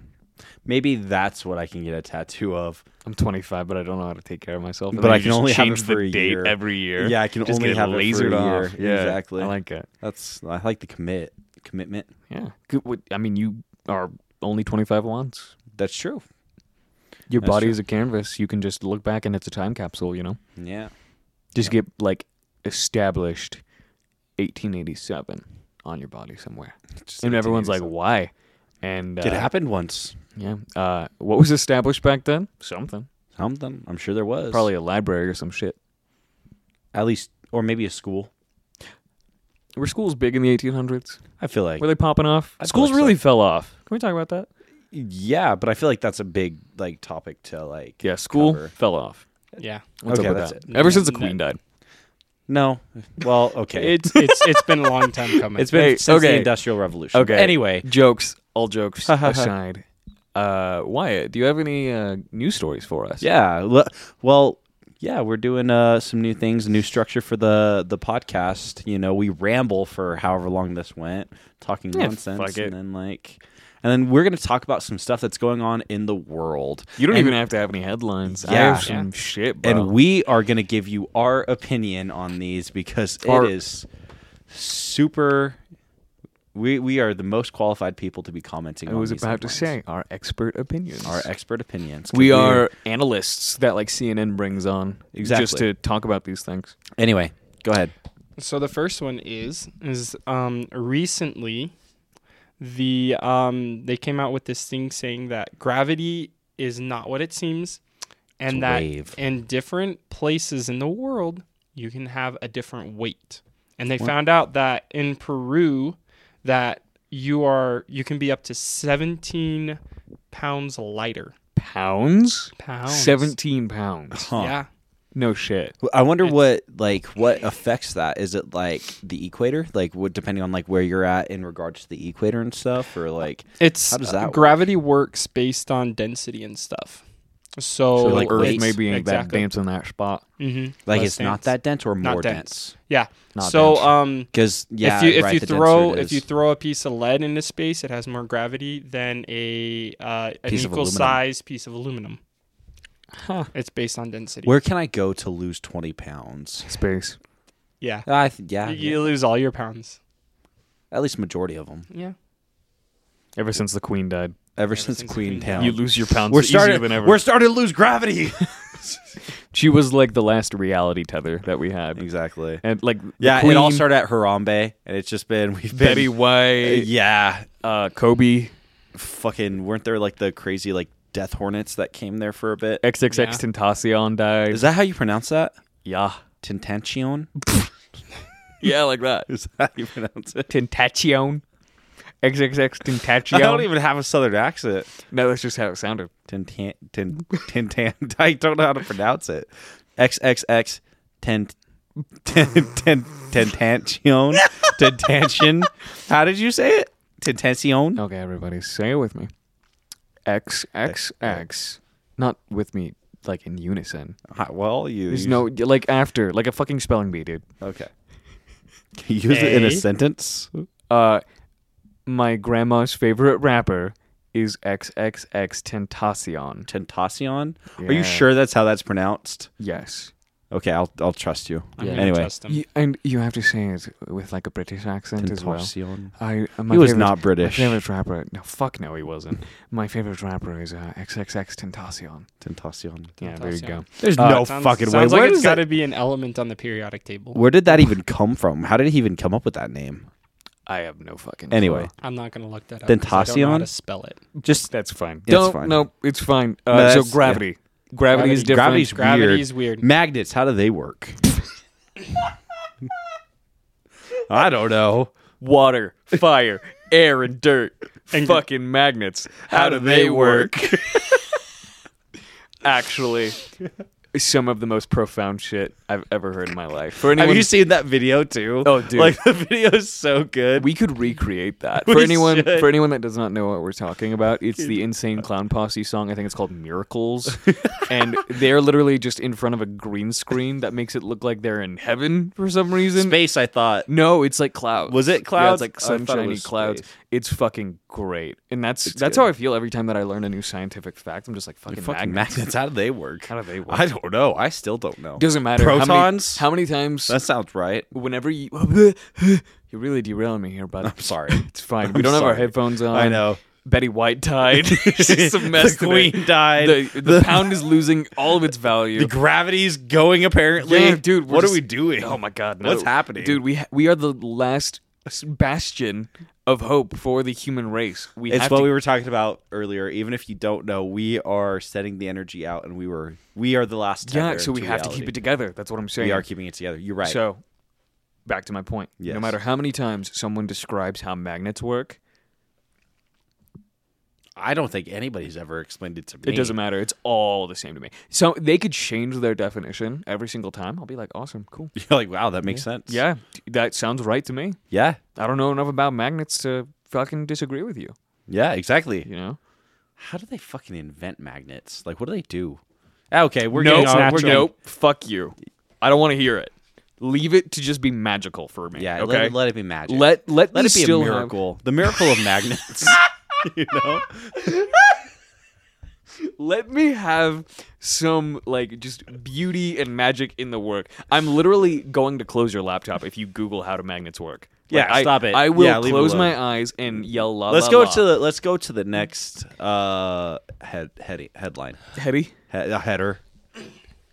S2: Maybe that's what I can get a tattoo of.
S3: I'm 25, but I don't know how to take care of myself. And
S2: But
S3: then
S2: I
S3: you
S2: can
S3: just
S2: only have
S3: change
S2: it for
S3: the
S2: a
S3: date
S2: year.
S3: every year.
S2: Yeah, I can
S3: Just
S2: only
S3: get
S2: have it for a
S3: lasered
S2: year.
S3: off. Yeah,
S2: Exactly.
S3: I like it.
S2: That's I like the commit commitment.
S3: Yeah. Good- what- I mean, you are only 25 once.
S2: That's true.
S3: Your
S2: That's
S3: body
S2: true.
S3: is a canvas. You can just look back and it's a time capsule, you know?
S2: Yeah.
S3: Just get like established 1887 on your body somewhere. And everyone's like, why? And uh,
S2: it happened once.
S3: yeah, uh, what was established back then? Something.
S2: Something. I'm sure there was.
S3: Probably a library or some shit.
S2: at least or maybe a school.
S3: Were schools big in the 1800s?
S2: I feel like
S3: Were they popping off?
S2: I feel
S3: schools
S2: like
S3: really fell off. Can we talk about that?
S2: yeah, but I feel like that's a big like topic to like.
S3: Yeah, school
S2: cover.
S3: fell off.
S1: Yeah.
S3: What's
S2: Okay,
S3: up with
S2: that's
S3: that?
S1: it.
S3: Ever since the
S1: That-
S3: queen died.
S2: No. Well, okay.
S1: It's it's it's been a long time coming.
S2: it's been
S3: Hey,
S2: since the
S3: okay.
S2: Industrial Revolution.
S3: Okay.
S2: Anyway,
S3: Jokes, all jokes aside. Uh, Wyatt, do you have any uh, news stories for us?
S2: yeah. le- Well, yeah, we're doing uh, some new things, new structure for the the podcast. You know, we ramble for however long this went, talking
S3: Yeah,
S2: nonsense,
S3: fuck it.
S2: and then like, and then we're gonna talk about some stuff that's going on in the world.
S3: You don't
S2: And-
S3: even have to have any headlines. I
S2: Yeah.
S3: have some shit, bro.
S2: and we are going to give you our opinion on these because it is
S3: Our-
S2: super. We we are the most qualified people to be commenting.
S3: I
S2: on
S3: was
S2: these
S3: about to
S2: headlines.
S3: say our expert opinions.
S2: our expert opinions. 'cause
S3: we
S2: we're-
S3: are analysts that like CNN brings on just
S2: Exactly.
S3: to talk about these things.
S2: anyway. Go ahead.
S1: So the first one is is um recently the um they came out with this thing saying that gravity is not what it seems and
S2: It's a
S1: that
S2: wave.
S1: in different places in the world you can have a different weight. And they found out that in Peru that you are you can be up to 17 pounds lighter.
S3: Pounds?
S1: Pounds.
S3: 17 pounds.
S2: Huh.
S1: Yeah.
S3: No shit.
S2: I wonder what like what affects that. Is it like the equator? Like what depending on like where you're at in regards to the equator and stuff, or like
S1: It's
S2: How does that work?
S1: gravity works based on density and stuff. So,
S2: So,
S3: like
S2: like,
S3: Earth
S2: weights.
S3: maybe ain't
S1: Exactly.
S3: that dense in that spot.
S1: hmm
S2: like it's not that dense or
S1: Not
S2: more
S1: dense.
S2: dense?
S1: Yeah.
S3: Not
S1: so
S3: dense.
S1: um,
S2: Because yeah,
S1: if you if
S2: right,
S1: you
S2: the denser
S1: throw
S2: it
S1: if you
S2: is.
S1: throw a piece of lead into space, it has more gravity than a uh, an
S2: Piece of
S1: equal
S2: aluminum.
S1: size piece of aluminum. It's based on density.
S2: where can I go to lose twenty pounds?
S3: Space.
S1: yeah.
S2: I th- Ah, yeah,
S1: You- You lose all your pounds.
S2: at least majority of them.
S1: Yeah.
S3: Ever since the queen died,
S2: Ever
S1: since
S2: since,
S1: the Queen
S2: Queen
S1: died.
S2: Town,
S3: you lose your pounds
S2: we're
S3: easier
S2: starting.
S3: than ever.
S2: We're starting to lose gravity.
S3: she was like the last reality tether that we had.
S2: exactly.
S3: And like the
S2: Yeah, it all
S3: Queen,
S2: started at Harambe, and it's just been we've been.
S3: Betty White,
S2: yeah,
S3: uh, Kobe,
S2: fucking weren't there like the crazy like death hornets that came there for a bit?
S3: XXX
S1: Yeah.
S3: Tentacion died.
S2: Is that how you pronounce that?
S3: yeah.
S2: Tentacion?
S3: Yeah, like that.
S2: Is that how you pronounce it?
S3: Tentacion. XXX Tentacion.
S2: I don't even have a southern accent.
S3: No, that's just how it sounded.
S2: Tintan, tin, tintan. I don't know how to pronounce it. XXX ten, ten, ten, tentation, tentation. How did you say it? Tentation.
S3: Okay, everybody, say it with me. X X X. Not with me, like in unison.
S2: Ah, Well, you.
S3: There's
S2: you-
S3: no like after, like a fucking spelling bee, dude.
S2: Okay. Can you use it in
S1: A?
S2: a sentence?
S3: Uh, my grandma's favorite rapper is XXX Tentacion.
S2: Tentacion. Are you
S3: Yeah.
S2: sure that's how that's pronounced?
S3: Yes.
S2: Okay, I'll I'll trust you.
S1: I'm
S3: Yeah.
S1: gonna
S2: Anyway.
S1: trust 'em.
S3: Y- and you have to say it with like a British accent as well.
S2: Tentacion.
S3: I, uh, my
S2: He was
S3: favorite-
S2: not British.
S3: My favorite rapper. No, fuck no, he wasn't. my favorite rapper is uh, XXX Tentacion.
S2: Tentacion.
S3: Yeah, there you go.
S2: There's
S3: Uh,
S2: no
S1: Sounds-
S2: fucking way.
S1: Sounds
S2: Where
S1: like it's
S2: does that-
S1: got to be an element on the periodic table.
S2: Where did that even come from? How did he even come up with that name?
S3: I have no fucking.
S2: Anyway,
S3: clue.
S1: I'm not gonna look that up. 'cause I don't know how
S2: Dentacion?
S1: to spell it.
S2: just
S3: that's fine.
S2: Yeah, it's
S3: Don't.
S2: fine.
S3: No, it's fine. Uh,
S2: No, that's-
S3: so gravity. Gravity is different.
S2: Gravity's
S1: Gravity
S2: weird.
S1: is weird.
S2: Magnets, how do they work? I don't know.
S3: water, fire, air, and dirt. fucking magnets. How do they work? Actually, some of the most profound shit I've ever heard in my life. For anyone,
S2: Have you seen that video too?
S3: Oh, dude.
S2: like the video is so good.
S3: we could recreate that.
S2: We
S3: For anyone,
S2: should.
S3: for anyone that does not know what we're talking about, it's the Insane Clown Posse song. I think it's called "Miracles," and they're literally just in front of a green screen that makes it look like they're in heaven for some reason.
S2: Space, I thought.
S3: No, it's like clouds.
S2: Was it
S3: Yeah, it's
S2: clouds?
S3: like
S2: I thought it
S3: sunshiny
S2: was
S3: clouds.
S2: space.
S3: It's fucking great, and that's that's
S2: good.
S3: how I feel every time that I learn a new scientific fact. I'm just like fucking,
S2: Fucking
S3: magnets.
S2: magnets. how do they work?
S3: How do they work?
S2: I don't know. I still don't know.
S3: Doesn't matter.
S2: Protons?
S3: How many, how many times?
S2: that sounds right.
S3: whenever you, you're really derailing me here, bud.
S2: I'm sorry.
S3: It's fine. We
S2: I'm
S3: don't have our
S2: sorry.
S3: headphones on.
S2: I know.
S3: Betty White died. It's just a mess
S2: the
S3: today.
S2: queen died.
S3: The, the, pound is losing all of its value.
S2: The gravity's going apparently.
S3: Yeah, dude, we're
S2: what are
S3: just-
S2: we doing?
S3: Oh my god, no.
S2: What's happening?
S3: dude? We ha- we are the last s- bastion of hope for the human race. We
S2: It's
S3: have
S2: what
S3: to-
S2: we were talking about earlier. Even if you don't know, we are setting the energy out, and we were we are the last.
S3: yeah.
S2: tether
S3: So we have to keep
S2: reality.
S3: it together. That's what I'm saying.
S2: We are keeping it together. You're right.
S3: So, back to my point. No
S2: Yes.
S3: matter how many times someone describes how magnets work,
S2: I don't think anybody's ever explained it to me.
S3: It doesn't matter. It's all the same to me. So they could change their definition every single time. I'll be like, awesome, cool.
S2: You're like, wow, that makes sense.
S3: Yeah, that sounds right to me.
S2: Yeah.
S3: I don't know enough about magnets to fucking disagree with you.
S2: Yeah, exactly.
S3: You know?
S2: How do they fucking invent magnets? Like, what do they do? Ah, Okay, we're
S3: nope,
S2: getting on. We're getting-
S3: nope. Fuck you. I don't want to hear it. Leave it to just be magical for me.
S2: Yeah,
S3: Okay.
S2: let, let it be magic.
S3: Let let,
S2: let
S3: me
S2: it be a
S3: still have-
S2: miracle. The miracle of magnets. you know?
S3: let me have some like just beauty and magic in the work. I'm literally going to close your laptop if you Google how do magnets work. Like,
S2: Yeah,
S3: I-
S2: stop it.
S3: I will
S2: Yeah, leave it
S3: close
S2: alone.
S3: my eyes and yell la.
S2: Let's
S3: la,
S2: go
S3: la.
S2: to the let's go to the next uh head, head headline.
S3: heavy.
S2: He- uh, header.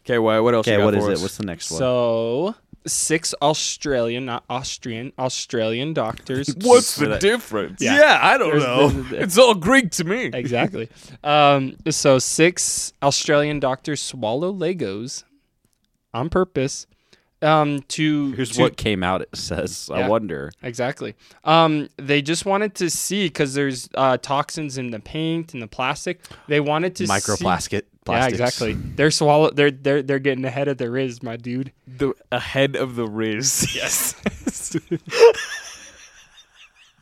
S3: Okay, why? What else?
S2: Okay,
S3: you got
S2: what is
S3: for
S2: it?
S3: us?
S2: What's the next one?
S1: So six Australian, not Austrian, Australian doctors.
S3: What's the difference?
S1: Yeah.
S2: I don't
S1: There's- there's- there's-
S3: It's all Greek to me.
S1: exactly. Um, so six Australian doctors swallow Legos on purpose um, to
S2: Here's
S1: to-
S2: what came out. It says, I
S1: Yeah.
S2: wonder.
S1: exactly. Um, they just wanted to see because there's uh, toxins in the paint and the plastic. They wanted to see-
S2: Microplastic.
S1: Yeah,
S2: plastics.
S1: exactly. They're swallow. They're they're they're getting ahead of the riz, my dude.
S3: The ahead of the Riz. Yes.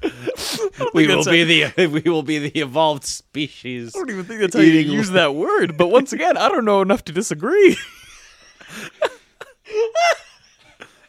S2: We
S3: think
S2: will
S3: that's
S2: be the we will be the evolved species.
S3: I don't even think that's how you
S2: Eating-
S3: use that word. But once again, I don't know enough to disagree.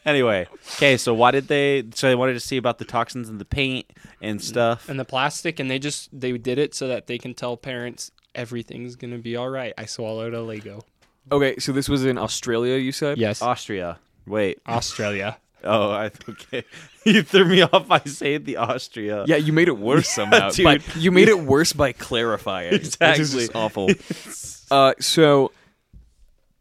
S2: Anyway, okay, so why did they? So they wanted to see about the toxins in the paint and stuff.
S1: and the plastic and they just they did it so that they can tell parents everything's gonna be all right i swallowed a lego
S3: Okay, so this was in Australia, you said?
S1: yes
S2: Austria. Wait.
S1: australia
S2: Oh, I okay. you threw me off by saying the Austria.
S3: Yeah, you made it worse somehow.
S2: dude.
S3: but you made it worse by clarifying. This is
S2: Exactly.
S3: just awful. uh, so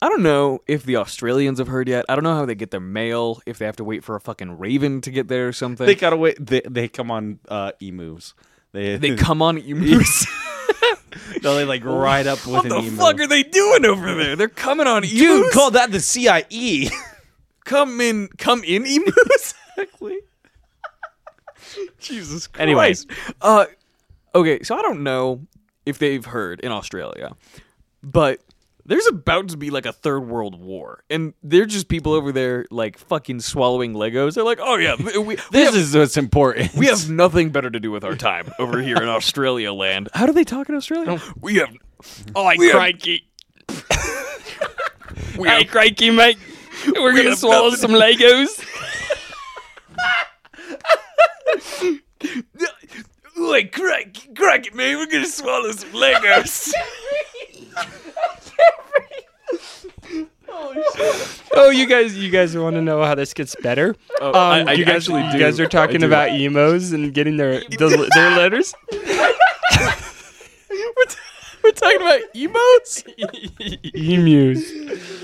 S3: I don't know if the Australians have heard yet. I don't know how they get their mail. If they have to wait for a fucking raven to get there or something.
S2: They gotta wait. They, they come on uh, emus. They
S3: They come on emus.
S2: no, they like ride up with
S3: what
S2: an
S3: the
S2: emu.
S3: fuck are they doing over there? They're coming on emus.
S2: Dude, call that the E. CIE.
S3: come in, come in emus.
S2: exactly.
S3: Jesus Christ.
S2: Anyways.
S3: uh, okay, so I don't know if they've heard in Australia, but there's about to be like a third world war, and they're just people over there like fucking swallowing Legos. They're like, oh yeah, we, we,
S2: This
S3: have,
S2: is what's important.
S3: we have nothing better to do with our time over here in Australia land. How do they talk in Australia? We have.
S1: oh i crikey
S3: We
S1: hey
S3: have
S1: crikey mate we're gonna
S3: have
S1: swallow
S3: nothing.
S1: some legos
S3: Oi, crack, crack it, man. We're gonna swallow some Legos.
S1: oh you guys you guys want to know how this gets better
S3: Oh,
S1: um,
S3: I- I
S1: you guys,
S3: actually
S1: you
S3: do.
S1: guys are talking
S3: I do.
S1: about emos and getting their the, their letters
S3: we're, t- we're talking about emotes.
S1: emus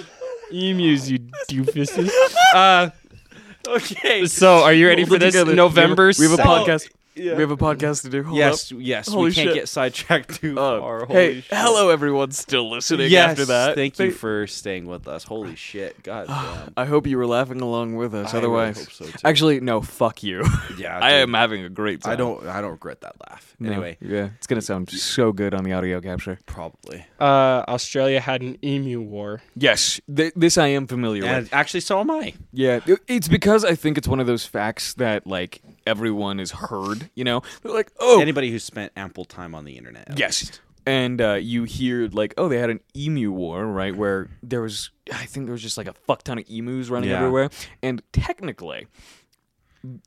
S1: emus you doofuses uh
S2: okay.
S1: so are you ready
S3: Hold it
S1: for this
S3: together.
S1: november
S3: We have a, we have a
S1: second-
S3: podcast. We have a podcast to do. Hold
S2: Yes,
S3: up.
S2: yes.
S3: Holy
S2: we can't
S3: shit.
S2: get sidetracked too
S3: Uh,
S2: far. Holy
S3: hey,
S2: shit.
S3: hello everyone still listening
S2: Yes,
S3: after that.
S2: Thank you for staying with us. Holy shit. God damn.
S3: I hope you were laughing along with us.
S2: I really
S3: Otherwise,
S2: hope so, too.
S3: actually, no. Fuck you.
S2: Yeah,
S3: I
S2: dude.
S3: am having a great time.
S2: I don't I don't regret that laugh.
S3: No,
S2: Anyway,
S3: yeah, it's gonna sound so good on the audio capture.
S2: probably.
S1: uh, Australia had an emu war.
S3: Yes, th- this I am familiar with.
S2: And actually so am I.
S3: Yeah, it- it's because I think it's one of those facts that like everyone has heard. You know, they're like, oh,
S2: Anybody who spent ample time on the internet. at least.
S3: Yes. And uh, you hear like, oh, they had an emu war, right? Where there was, I think there was just like a fuck ton of emus running
S2: Yeah.
S3: everywhere. And technically,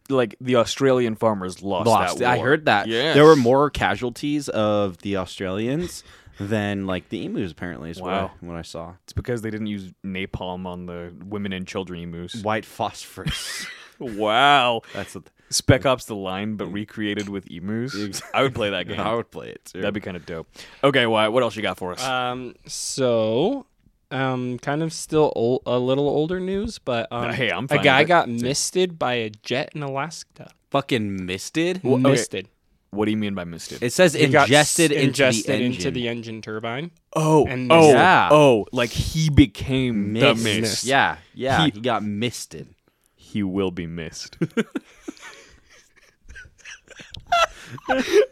S3: like the Australian farmers lost.
S2: Lost.
S3: That
S2: I
S3: war.
S2: heard that.
S3: Yeah.
S2: There were more casualties of the Australians than like the emus apparently is
S3: Wow.
S2: what, I, what I saw.
S3: It's because they didn't use napalm on the women and children emus.
S2: White phosphorus.
S3: Wow.
S2: That's what
S3: Spec Ops: The Line, but recreated with emus. I would play that game.
S2: I would play it too.
S3: That'd be kind of dope. Okay, why? What else you got for
S2: Uh,
S3: us?
S1: Um, so, um, kind of still ol a little older news, but um,
S3: Hey, I'm fine
S1: a guy
S3: with it.
S1: got misted by a jet in Alaska.
S2: fucking misted.
S3: okay.
S1: Misted.
S3: what do you mean by misted?
S2: It says
S1: It got
S2: ingested,
S1: s-
S2: into, the
S1: ingested
S2: engine.
S1: into the engine turbine.
S3: oh,
S1: and
S3: oh,
S1: mist.
S2: Yeah.
S3: oh! Like he became
S2: Mist.
S3: the mist.
S2: Yeah, yeah.
S3: He-
S2: He, got misted.
S3: he will be missed.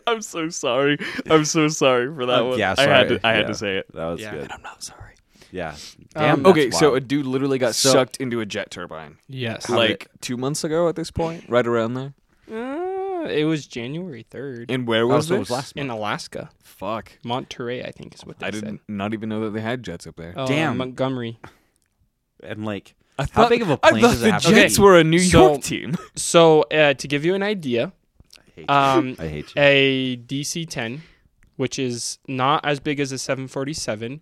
S3: I'm so sorry. I'm so sorry for that
S2: Uh,
S3: one.
S2: yeah,
S3: I had
S2: sorry.
S3: to, I had
S2: Yeah.
S3: to say it.
S2: That was
S1: Yeah.
S2: good.
S3: I'm not sorry.
S2: Yeah.
S1: Um,
S2: that's
S3: okay, so a
S2: wild.
S3: dude literally got
S2: So-
S3: sucked into a jet turbine
S1: Yes.
S2: How did
S3: like two months ago at this point, right around there.
S1: Uh, it was January 3rd
S3: And where
S2: Oh,
S3: was
S2: so it
S3: this?
S2: was last
S1: in
S2: month.
S1: Alaska.
S3: Fuck.
S1: Monterey, I think is what they
S3: I
S1: said.
S3: didn't not even know that they had jets up there.
S1: Oh,
S2: Damn.
S1: Montgomery.
S2: And like,
S3: I
S2: how big of a
S3: I
S2: plane
S3: thought
S2: does it
S3: the
S2: have to be?
S3: Jets were a New
S1: So-
S3: York team.
S1: So uh, to give you an idea,
S2: I hate you.
S1: um,
S2: I hate you.
S1: a DC-10, which is not as big as a 747,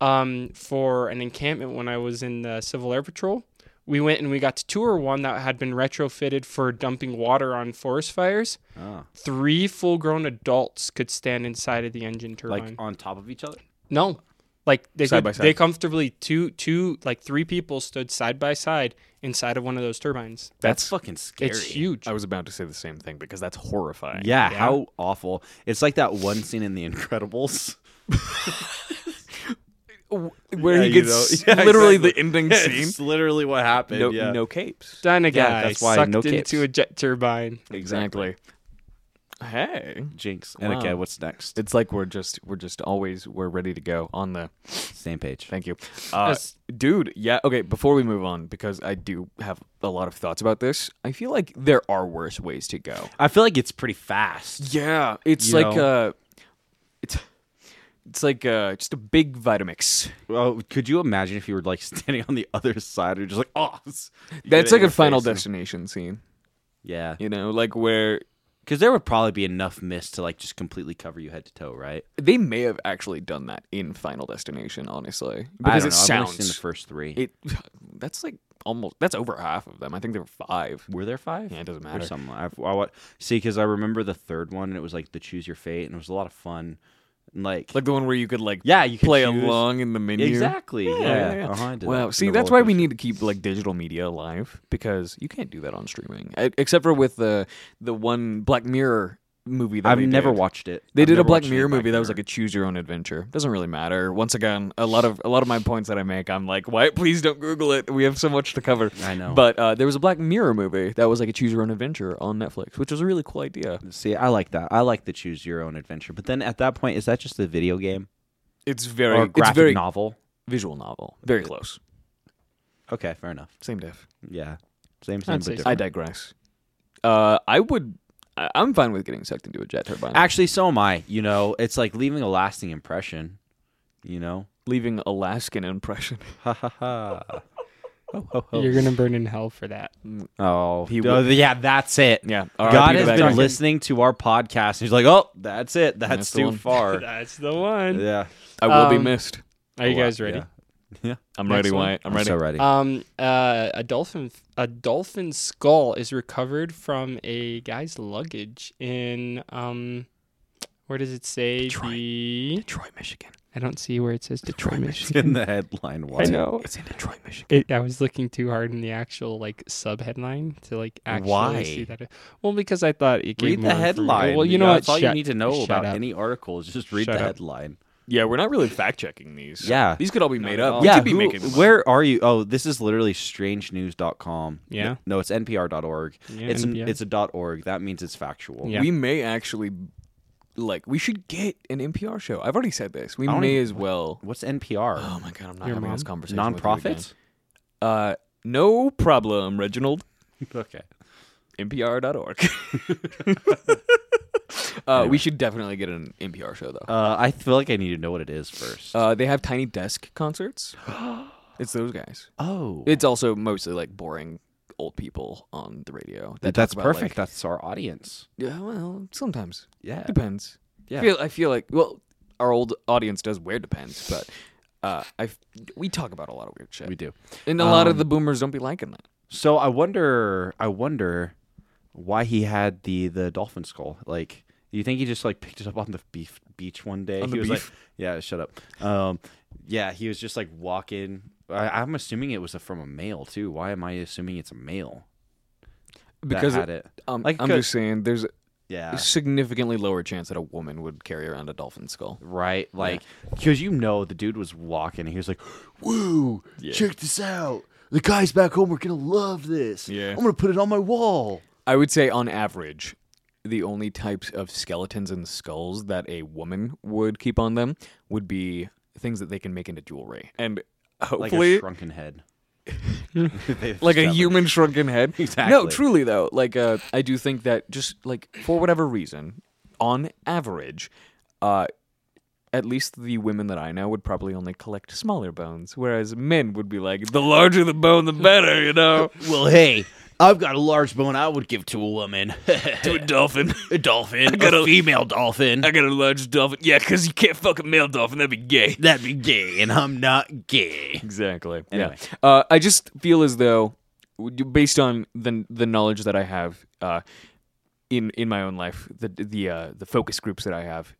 S1: um, for an encampment when I was in the Civil Air Patrol. We went and we got to tour one that had been retrofitted for dumping water on forest fires.
S2: Oh.
S1: Three full-grown adults could stand inside of the engine turbine.
S2: Like on top of each other?
S1: No. Like they
S3: Side
S1: could-
S3: by side.
S1: they comfortably two two like three people stood side by side inside of one of those turbines.
S2: That's, fucking scary. Oh,
S1: It's huge.
S3: I was about to say the same thing because that's horrifying.
S2: Yeah,
S1: Yeah.
S2: how awful. It's like that one scene in The Incredibles.
S3: Where
S2: Yeah,
S3: he
S2: you
S3: gets
S2: know. Yeah,
S3: literally the
S2: exactly.
S3: ending scene.
S2: it's literally what happened.
S3: No,
S2: yeah.
S3: no capes.
S1: Then a
S2: Yeah,
S1: guy
S2: that's why
S1: sucked
S2: no kids.
S1: into a jet turbine.
S3: Exactly. Hey.
S2: Jinx.
S3: Wow.
S2: And okay, what's next?
S3: It's like we're just we're just always we're ready to go on the
S2: Same page.
S3: thank you. Uh,
S1: As-
S3: dude, yeah, okay, before we move on, because I do have a lot of thoughts about this, I feel like there are worse ways to go.
S2: I feel like it's pretty fast.
S3: Yeah. It's
S2: You
S3: like uh it's it's like uh just a big Vitamix.
S2: Well, could you imagine if you were like standing on the other side or just like, oh, it's- you get
S3: That's
S2: it in
S3: like
S2: your
S3: a final
S2: face and-
S3: destination scene.
S2: Yeah.
S3: You know, like where
S2: Because there would probably be enough mist to like just completely cover you head to toe, right?
S3: they may have actually done that in Final Destination, honestly.
S2: I
S3: Because
S2: don't
S3: it
S2: know. I've only
S3: sounds
S2: seen the first three.
S3: it that's like almost that's over half of them. I think there were five.
S2: were there five?
S3: Yeah, it doesn't
S2: or
S3: matter.
S2: something. I've, I wa- see because I remember the third one and it was like the choose your fate and it was a lot of fun. And, like,
S3: Like the one where you could like
S2: yeah, you could
S3: play
S2: choose-
S3: along in the menu.
S2: Exactly. Yeah. Uh-huh, I did that.
S3: Wow. See,
S2: In the
S3: that's why
S2: roller
S3: we
S2: coaster.
S3: need to keep like digital media alive because you can't do that on streaming, E- except for with the the one Black Mirror movie that
S2: I've
S3: they
S2: never
S3: did.
S2: watched it.
S3: They
S2: I've
S3: did a
S2: never
S3: Black
S2: watched any
S3: Mirror movie that was like a choose your own adventure. Doesn't really matter. Once again, a lot of a lot of my points that I make, I'm like, why? Please don't Google it. We have so much to cover.
S2: I know.
S3: But uh, there was a Black Mirror movie that was like a choose your own adventure on Netflix, which was a really cool idea.
S2: See, I like that. I like the choose your own adventure. But then at that point, is that just a video game
S3: It's
S2: or
S3: very
S2: a graphic
S3: it's very
S2: novel?
S3: visual novel. Very close.
S2: Okay, fair enough.
S3: Same diff.
S2: Yeah, same, same,
S1: I'd
S2: but
S1: say so.
S2: different.
S3: I digress. Uh, I would. I- I'm fine with getting sucked into a jet turbine.
S2: Actually, so am I. You know, it's like leaving a lasting impression. You know,
S3: leaving Alaskan impression.
S2: ha ha ha. Ho, ho, ho.
S1: You're gonna burn in hell for that.
S2: Oh,
S3: He
S2: duh, yeah, that's it.
S3: Yeah.
S2: God has been listening to our podcast. And he's like, oh, that's it. That's,
S3: That's the
S2: too
S3: one."
S2: far.
S1: That's the one.
S2: yeah.
S3: I will be
S1: Um,
S3: missed.
S1: Are you guys ready?
S2: Yeah. yeah.
S3: I'm
S1: next
S3: ready,
S1: one.
S3: Wyatt. I'm ready.
S2: so ready.
S1: Um, uh, a dolphin, a dolphin skull is recovered from a guy's luggage in um, where does it say
S3: Detroit.
S1: the?
S3: Detroit, Michigan.
S1: I don't see where it says Detroit, Michigan.
S2: in the headline. Why?
S1: I know.
S3: It's in Detroit, Michigan.
S1: It, I was looking too hard in the actual like sub headline to like actually
S2: Why?
S1: see that. it- well, because I thought it gave
S2: Read
S1: more
S2: the
S1: informa-
S2: headline.
S1: Well, you know
S2: That's
S1: what?
S2: all you
S1: Shut-
S2: need to know
S1: shut
S2: about
S1: up.
S2: any article is just read
S1: Shut
S2: the
S1: up.
S2: headline.
S3: Yeah, we're not really fact checking these.
S2: Yeah.
S3: These could all be made
S1: Uh,
S3: up.
S2: yeah.
S3: we could be
S2: who-
S3: making them up.
S2: where are you? Oh, this is literally strangenews.com.
S1: Yeah.
S2: No, it's npr.org.
S1: Yeah,
S2: it's
S1: NPR.
S2: An, it's a dot .org. That means it's factual.
S1: Yeah.
S3: we may actually like we should get an NPR show. I've already said this. We
S2: I don't
S3: may
S2: even-
S3: as well.
S2: What's NPR?
S3: Oh my god, I'm not
S1: Your
S3: having this
S1: mom?
S3: conversation. with you again.
S2: Nonprofit?
S3: Uh, no problem, Reginald.
S2: okay.
S3: NPR.org. uh, We should definitely get an NPR show though.
S2: Uh, I feel like I need to know what it is first.
S3: Uh, they have tiny desk concerts. it's those guys.
S2: oh.
S3: It's also mostly like boring old people on the radio. that talk
S2: that's
S3: about, like-
S2: perfect. that's our audience.
S3: yeah, well, sometimes
S2: Yeah.
S3: depends.
S2: Yeah.
S3: I feel, I feel like well, our old audience does wear depends, but uh, I we talk about a lot of weird shit,
S2: We Um, do.
S3: and a lot of the boomers don't be liking that.
S2: So I wonder I wonder why he had the the dolphin skull. Like do you think he just like picked it up on the beef beach one day?
S3: On the
S2: he was
S3: beef?
S2: like Yeah, shut up. Um yeah, he was just like walking I, I'm assuming it was from a male too. Why am I assuming it's a male?
S3: Because
S2: that had it.
S3: um,
S2: Like,
S3: I'm
S2: because-
S3: just saying, there's
S2: Yeah.
S3: a significantly lower chance that a woman would carry around a dolphin skull.
S2: Right? Like because you know the dude was walking and he was like, Woo, check this out. The guys back home are gonna love this.
S3: Yeah.
S2: I'm gonna put it on my wall.
S3: I would say, on average, the only types of skeletons and skulls that a woman would keep on them would be things that they can make into jewelry. And
S2: like
S3: hopefully
S2: a shrunken head.
S3: like a human shrunken head. No,
S2: Exactly.
S3: truly though, like uh, I do think that just like for whatever reason, on average, uh, at least the women that I know would probably only collect smaller bones, whereas men would be like, the larger the bone, the better, you know.
S2: Well, hey, I've got a large bone I would give to a woman.
S3: to a dolphin,
S2: a dolphin,
S3: got a-
S2: female dolphin.
S3: I got a large dolphin. Yeah, because you can't fuck a male dolphin; that'd be gay.
S2: That'd be gay, and I'm not gay.
S3: Exactly.
S2: Anyway.
S3: Yeah. Uh, I just feel as though, w- based on the the knowledge that I have uh, in in my own life, the the uh, the focus groups that I have,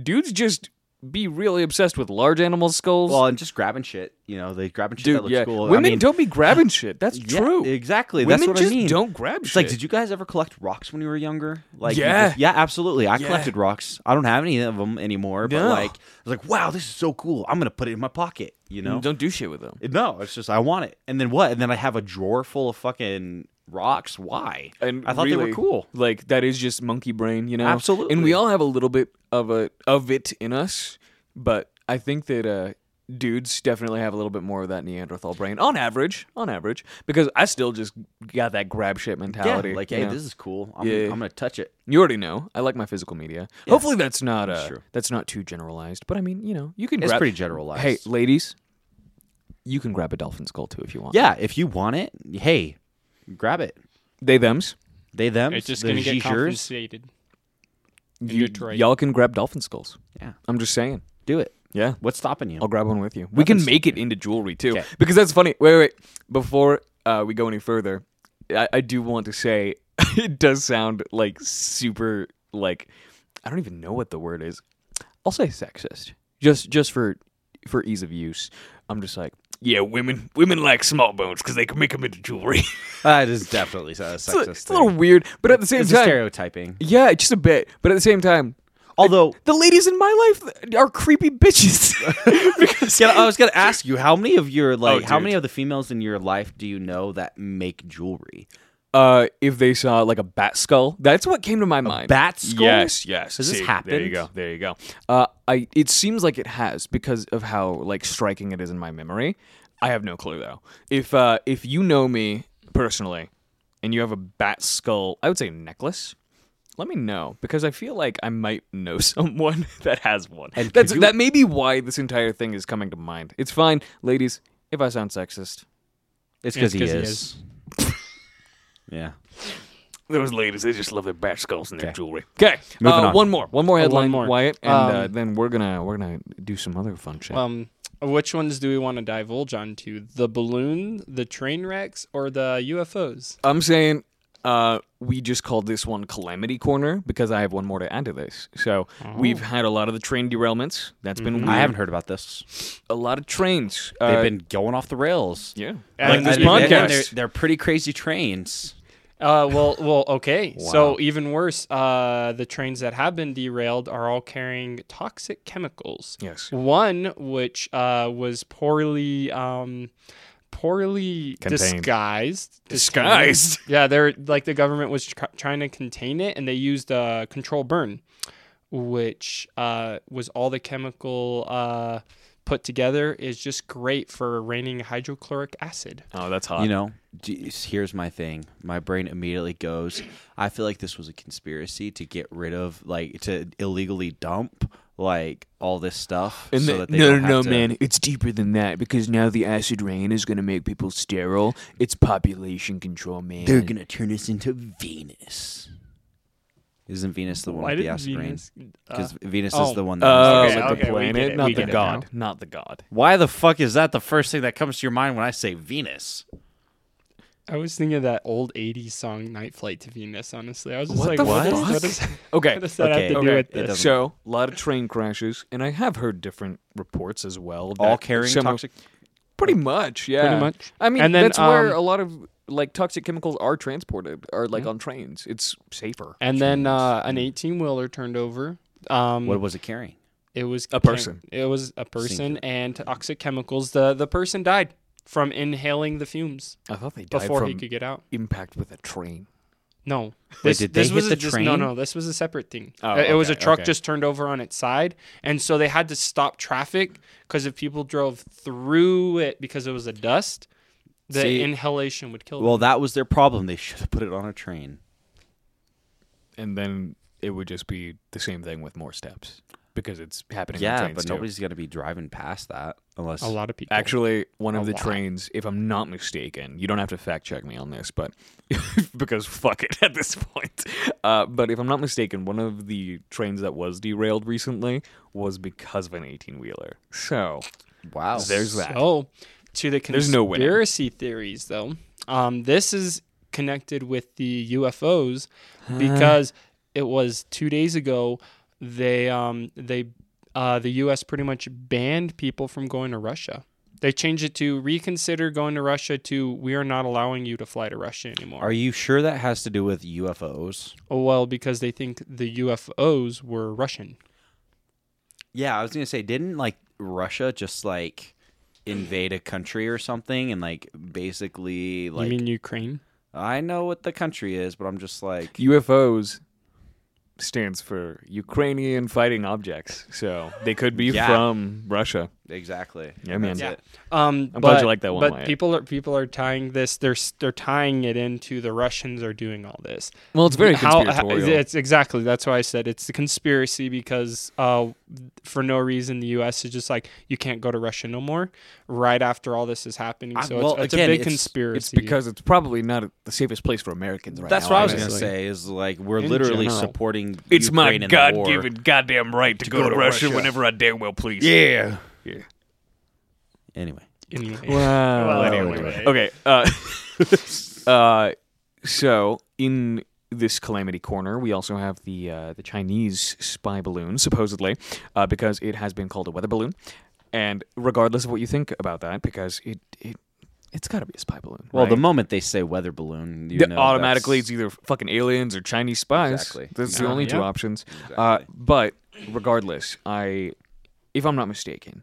S3: dudes just be really obsessed with large animal skulls.
S2: Well, and just grabbing shit. You know, they grabbing shit that
S3: Dude,
S2: looks
S3: yeah.
S2: cool. I
S3: Women
S2: mean,
S3: don't be grabbing shit. That's
S2: yeah,
S3: true.
S2: Exactly.
S3: Women
S2: That's what
S3: just
S2: I mean.
S3: don't grab
S2: It's
S3: shit.
S2: like, did you guys ever collect rocks when you were younger? Like, you
S3: Yeah.
S2: just- yeah, absolutely. I
S3: Yeah.
S2: collected rocks. I don't have any of them anymore. But
S3: No.
S2: like, I was like, wow, this is so cool. I'm gonna put it in my pocket. You know?
S3: Don't do shit with them.
S2: No, it's just I want it. And then what? And then I have a drawer full of fucking rocks. Why?
S3: and
S2: I thought they
S3: really,
S2: were cool.
S3: Like that is just monkey brain, you know.
S2: Absolutely.
S3: And we all have a little bit of a of it in us, but I think that uh, dudes definitely have a little bit more of that Neanderthal brain on average. On average, because I still just got that grab shit
S2: Yeah,
S3: mentality.
S2: like,
S3: you
S2: hey,
S3: know?
S2: this is cool. I'm,
S3: Yeah.
S2: I'm gonna touch it.
S3: You already know. I like my physical media. Hopefully, that's not uh,
S2: true.
S3: that's not too generalized. But I mean, you know, you can.
S2: It's
S3: grab,
S2: pretty generalized.
S3: Hey, ladies, you can grab a dolphin skull too if you want.
S2: yeah, if you want it, hey, grab it.
S3: they them's.
S2: They them.
S1: It's just
S2: the
S1: going to get
S2: she's yours.
S1: compensated.
S3: You,
S1: Detroit.
S3: y'all can grab dolphin skulls.
S2: Yeah,
S3: I'm just saying.
S2: do it.
S3: Yeah.
S2: What's stopping you?
S3: I'll grab one with you. We can
S2: Nothing's
S3: make it into jewelry too,
S2: Okay.
S3: because that's funny. Wait, wait. wait. Before uh, we go any further, I, I do want to say it does sound like super like I don't even know what the word is. I'll say sexist, just just for for ease of use. I'm just like, yeah, women women like small bones because they can make them into jewelry.
S2: That is definitely a
S3: it's, a,
S2: sexist.
S3: it's a little weird, but at the same
S2: It's a
S3: time,
S2: stereotyping.
S3: yeah, just a bit. But at the same time,
S2: Although,
S3: the ladies in my life are creepy bitches. because
S2: yeah, I was gonna ask you, how many of your like,
S3: Oh,
S2: how
S3: dude.
S2: many of the females in your life do you know that make jewelry?
S3: uh, if they saw like a bat skull. That's what came to my mind.
S2: bat skull?
S3: Yes, yes.
S2: Has this
S3: See, There you
S2: happened?
S3: go. There you go. Uh, I. It seems like it has because of how like striking it is in my memory. I have no clue though. If uh, if you know me personally, and you have a bat skull, I would say necklace. Let me know because I feel like I might know someone that has one.
S2: And could
S3: That's,
S2: you-
S3: that may be why this entire thing is coming to mind. It's fine, ladies. If I sound sexist,
S1: It's
S2: It's because he
S1: 'cause he
S2: is. yeah.
S3: Those ladies, they just love their bat skulls and their
S2: Okay.
S3: jewelry. Okay,
S2: Moving on.
S3: one more, one more headline,
S1: Oh, more.
S3: Wyatt, and uh,
S1: Um,
S3: then we're gonna we're gonna do some other fun shit.
S1: Um, which ones do we want to divulge onto? The balloon, the train wrecks, or the UFOs?
S3: I'm saying uh, we just called this one Calamity Corner because I have one more to add to this. So
S1: Oh.
S3: we've had a lot of the train derailments. That's been
S1: Mm-hmm.
S2: I
S3: weird.
S2: haven't heard about this.
S3: a lot of trains.
S2: They've
S3: uh,
S2: been going off the rails.
S3: yeah.
S1: And
S3: like
S1: this
S3: this
S2: and
S3: podcast.
S2: They're, they're pretty crazy trains.
S1: Uh, well, well, okay. So even worse, uh, the trains that have been derailed are all carrying toxic chemicals.
S3: Yes.
S1: One which uh, was poorly, um, poorly
S3: Contained.
S1: disguised.
S3: Disguised?
S1: Contained. Yeah, they're like the government was tr- trying to contain it, and they used uh, control burn, which uh, was all the chemical. Uh, Put together is just great for raining hydrochloric acid.
S3: Oh, that's hot.
S2: You know, geez, here's my thing. My brain immediately goes, I feel like this was a conspiracy to get rid of, like, to illegally dump, like, all this stuff.
S3: And
S2: so
S3: the-
S2: that they
S3: no,
S2: don't
S3: no, no,
S2: have to-
S3: man. It's deeper than that because now the acid rain is going to make people sterile. It's population control, man.
S2: They're going to turn us into Venus. Isn't Venus the one
S1: Why
S2: with the
S1: did
S2: acid rain?
S1: Venus- uh,
S2: Because Venus
S1: oh.
S2: is the one that.
S3: Uh,
S1: Okay,
S3: like the
S1: okay, we get
S3: planet,
S1: it,
S3: not
S1: we
S3: the
S1: get it
S3: god,
S1: now.
S3: not the god.
S2: Why the fuck is that the first thing that comes to your mind when I say Venus?
S1: I was thinking of that old 80s song Night Flight to Venus, honestly. I was just
S3: What
S1: like,
S3: the
S1: what, is,
S3: fuck?
S1: what, is,
S3: Okay,
S1: what does that have to
S2: Okay,
S1: do
S3: okay,
S1: with
S2: it
S1: this?
S2: doesn't-
S3: so a lot of train crashes, and I have heard different reports as well.
S2: All
S3: that
S2: carrying
S3: some of-
S2: toxic.
S3: pretty much, yeah,
S1: much.
S3: I mean,
S1: And then,
S3: that's where
S1: um, Hmm.
S3: a lot of like toxic chemicals are transported, or like on trains. It's safer.
S1: And then uh, an 18 wheeler turned over. Um,
S2: What was it carrying?
S1: it was
S3: A person.
S1: It was a person and toxic chemicals. The the person died from inhaling the fumes
S3: I thought they died
S1: before he
S3: from
S1: could get out.
S3: impact with a train.
S1: No,
S2: Wait,
S1: this,
S2: did they
S1: this
S2: hit
S1: was a
S2: the
S1: just- No,
S2: train?
S1: no, this was a separate thing.
S3: Oh,
S1: Uh, it was a
S3: okay,
S1: truck
S3: okay.
S1: just turned over on its side, and so they had to stop traffic because if people drove through it because it was a dust, the
S2: See-
S1: inhalation would kill
S2: Well,
S1: them.
S2: that was their problem. They should have put it on a train.
S3: and then it would just be the same thing with more steps because it's happening. on
S2: Yeah,
S3: trains
S2: but
S3: too.
S2: nobody's gonna be driving past that unless.
S1: a lot of people
S3: Actually, one
S2: Oh,
S3: of
S1: A
S3: the
S1: lot.
S3: trains, if I'm not mistaken, you don't have to fact check me on this, but because fuck it at this point. Uh, but if I'm not mistaken, one of the trains that was derailed recently was because of an 18 wheeler. So
S2: Wow.
S3: there's that.
S1: So, Oh, to the
S3: There's no winning.
S1: conspiracy theories, though, um, this is connected with the UFOs because it was two days ago. They um, they uh, the U.S. pretty much banned people from going to Russia. They changed it to reconsider going to Russia to we are not allowing you to fly to Russia anymore.
S2: Are you sure that has to do with UFOs?
S1: oh, well, because they think the UFOs were Russian.
S2: Yeah, I was gonna say, didn't like Russia just like invade a country or something and like basically like
S1: you mean Ukraine?
S2: I know what the country is, but I'm just like
S3: UFOs stands for Ukrainian fighting objects. So they could be
S2: Yeah.
S3: from Russia.
S2: exactly.
S3: Yeah, man.
S1: Yeah. Um,
S3: I'm
S1: but,
S3: glad you like that one,
S1: But
S3: Wyatt.
S1: people are people are tying this. They're s- they're tying it into the Russians are doing all this.
S3: Well, it's very
S1: How- how-
S3: conspiratorial.
S1: it's exactly that's why I said it's a conspiracy because uh, for no reason the U.S. is just like you can't go to Russia no more. Right after all this is happening,
S2: I-
S1: so
S2: well,
S1: it's, it's
S2: again,
S1: a big
S2: it's- it's
S1: conspiracy.
S3: it's because it's probably not the safest place for Americans right
S2: That's
S3: now.
S2: what I was gonna
S3: honestly.
S2: say. Is like we're
S1: In
S2: literally
S1: general.
S2: supporting.
S4: It's my
S2: Ukraine in the war.
S4: God-given goddamn right to, go, to, Russia, whenever I damn well please.
S3: Yeah.
S2: Anyway,
S1: anyway.
S3: Wow.
S1: Well,
S2: anyway.
S3: Okay. Uh, uh, so in this calamity corner, we also have the uh, the Chinese spy balloon, supposedly, uh, because it has been called a weather balloon. And regardless of what you think about that, because it it it's got to be a spy balloon.
S2: well, the
S3: right?
S2: moment they say weather balloon, you
S3: Yeah,
S2: know
S3: automatically
S2: that's-
S3: it's either fucking aliens or Chinese spies.
S2: Exactly.
S3: That's the
S1: Yeah.
S3: only two
S1: Yeah.
S3: options. Uh, but regardless, I, if I'm not mistaken,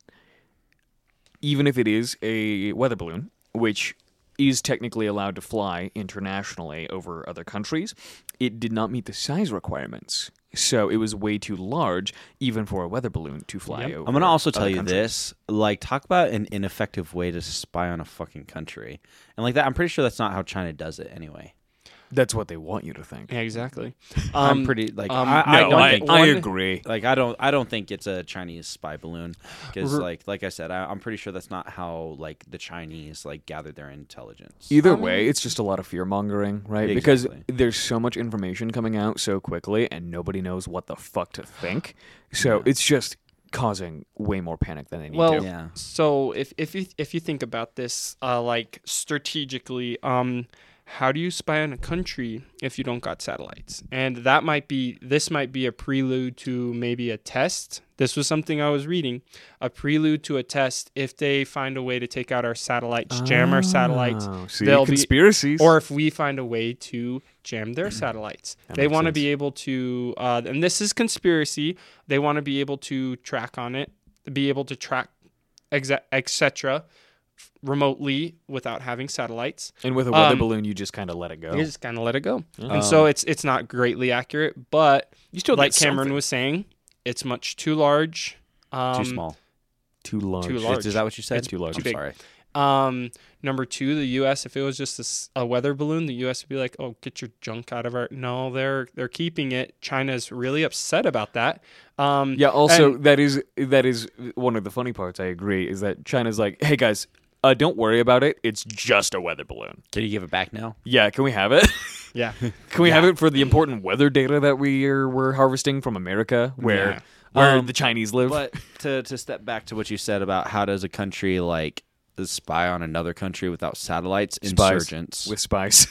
S3: even if it is a weather balloon, which is technically allowed to fly internationally over other countries, it did not meet the size requirements. So it was way too large, even for a weather balloon to fly
S1: Yep.
S3: over.
S2: I'm gonna also tell
S3: other
S2: you
S3: countries.
S2: this: like, talk about an ineffective way to spy on a fucking country, and like that. I'm pretty sure that's not how China does it. Anyway,
S3: That's what they want you to think.
S1: Yeah, exactly.
S2: I'm
S1: Um,
S2: pretty like
S1: um,
S2: I, I
S1: no,
S2: don't
S1: I-
S2: think,
S1: I One-
S3: agree.
S2: like I don't I don't think it's a Chinese spy balloon because
S1: R-
S2: like like I said, I, I'm pretty sure that's not how like the Chinese like gather their intelligence.
S3: Either
S1: Um,
S3: way, it's just a lot of fear mongering, right? Because
S2: Exactly.
S3: there's so much information coming out so quickly and nobody knows what the fuck to think. So it's just causing way more panic than they need
S1: Well,
S3: to.
S2: Yeah.
S1: so if if you if you think about this, uh, like strategically, um, how do you spy on a country if you don't got satellites? And that might be this might be a prelude to maybe a test. This was something I was reading, a prelude to a test. If they find a way to take out our satellites, jam our satellites,
S3: Oh, see,
S1: they'll be
S3: conspiracies.
S1: or if we find a way to jam their satellites. they
S3: makes
S1: want to
S3: sense.
S1: be able to, uh, and this is conspiracy. They want to be able to track on it, be able to track, etc. remotely without having satellites.
S3: and with a weather
S1: um,
S3: balloon, you just kind of let it go.
S1: You just kind of let it go, and so it's it's not greatly accurate, but
S3: Um, You still
S1: like
S3: get
S1: Cameron
S3: something.
S1: was saying, it's much too large. Um,
S2: Too small.
S3: too large.
S1: too large.
S2: Is, is that what you said?
S3: It's too large.
S2: I'm
S1: big.
S2: sorry.
S1: Um, number two, the U.S. If it was just a s- a, weather balloon, the U.S. would be like, "Oh, get your junk out of our." No, they're they're keeping it. China's really upset about that. Um,
S3: Yeah. Also,
S1: and-
S3: that is that is one of the funny parts. I agree. Is that China's like, hey guys, uh, don't worry about it. It's just a weather balloon.
S2: Can you give it back now?
S3: Yeah. Can we have it?
S1: yeah,
S3: Can we have it for the important weather data that we are we're harvesting from America, where
S1: Yeah. Um,
S3: where the Chinese live?
S2: But to to step back to what you said about how does a country like spy on another country without satellites?
S3: Spies.
S2: Insurgents.
S3: with spies.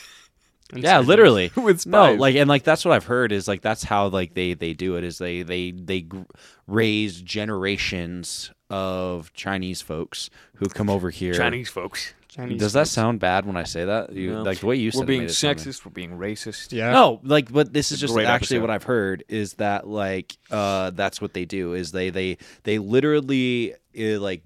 S2: yeah, literally
S3: With
S2: No,
S3: spies.
S2: like and like that's what I've heard is like that's how like they they do it is they they they gr- raise generations of Chinese folks who come over here.
S4: Chinese folks.
S1: Chinese
S2: Does that sound bad when I say that? You
S3: No.
S2: like the way you said
S3: we're
S2: it
S3: being
S2: made it sound-
S3: sexist. We're being racist.
S1: Yeah.
S2: No, like, but this is just
S3: great
S2: actually
S3: episode.
S2: what I've heard is that like, uh, that's what they do is they they they literally uh, like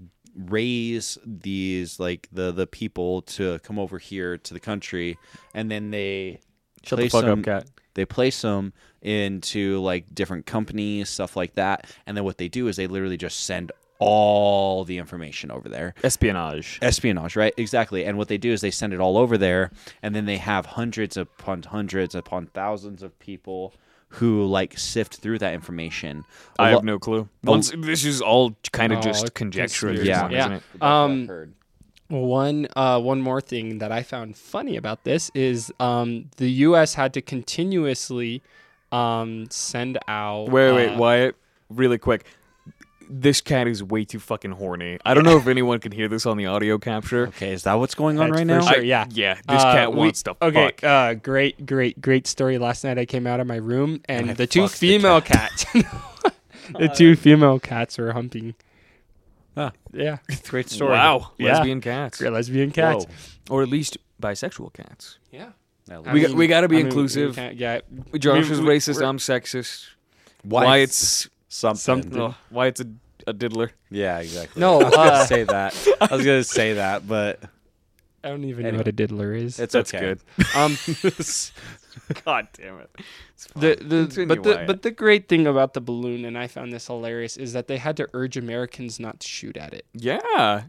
S2: raise these like the the people to come over here to the country, and then they
S3: Shut
S2: Play
S3: the fuck
S2: some-
S3: up, cat.
S2: They place them into like different companies, stuff like that. And then what they do is they literally just send all the information over there.
S3: Espionage.
S2: espionage, right? Exactly. And what they do is they send it all over there, and then they have hundreds upon hundreds upon thousands of people who like sift through that information. A
S3: I
S2: lo-
S3: have no clue. Once this is all kind of
S1: Oh,
S3: just
S1: it's
S3: conjecture at this
S1: conspiracy.
S3: point,
S1: Yeah.
S3: isn't it?
S2: That's what I've
S1: Um,
S2: heard.
S1: One uh, one more thing that I found funny about this is um, the U.S. had to continuously um, send out.
S3: Wait, wait,
S1: uh,
S3: Wyatt, really quick. This cat is way too fucking horny. I don't know if anyone can hear this on the audio capture.
S2: Okay, is that what's going on
S1: That's
S2: right
S1: for
S2: now?
S1: sure.
S3: I-
S1: yeah.
S3: yeah. This
S1: Uh,
S3: cat
S1: we-
S3: wants to
S1: Okay,
S3: fuck.
S1: uh, great, great, great story. Last night I came out of my room and
S2: I
S1: the two
S2: fucked the
S1: female cats, the two female cats were humping.
S2: Ah.
S1: Yeah,
S2: Great story.
S3: Wow,
S1: Yeah.
S3: lesbian cats,
S1: great lesbian cats.
S3: or at least bisexual cats.
S1: Yeah,
S2: Now,
S1: I
S3: We got- we gotta be
S1: we
S3: inclusive.
S1: can't- yeah,
S3: Josh
S1: We-
S3: is
S1: we-
S3: racist.
S1: we're-
S3: I'm sexist.
S2: Wyatt's
S3: Wyatt's
S2: something.
S1: something.
S3: ugh, Wyatt's a, a diddler.
S2: Yeah, exactly.
S1: No,
S2: I was gonna
S1: uh,
S2: say that. I was gonna say that, but
S1: I don't even know
S2: Anyway.
S1: what a diddler is.
S2: it's
S3: That's
S2: okay.
S1: um,
S2: good.
S3: God damn it.
S1: the, the
S3: Continue,
S1: but the
S3: Wyatt.
S1: but the great thing about the balloon, and I found this hilarious, is that they had to urge Americans not to shoot at it.
S3: Yeah.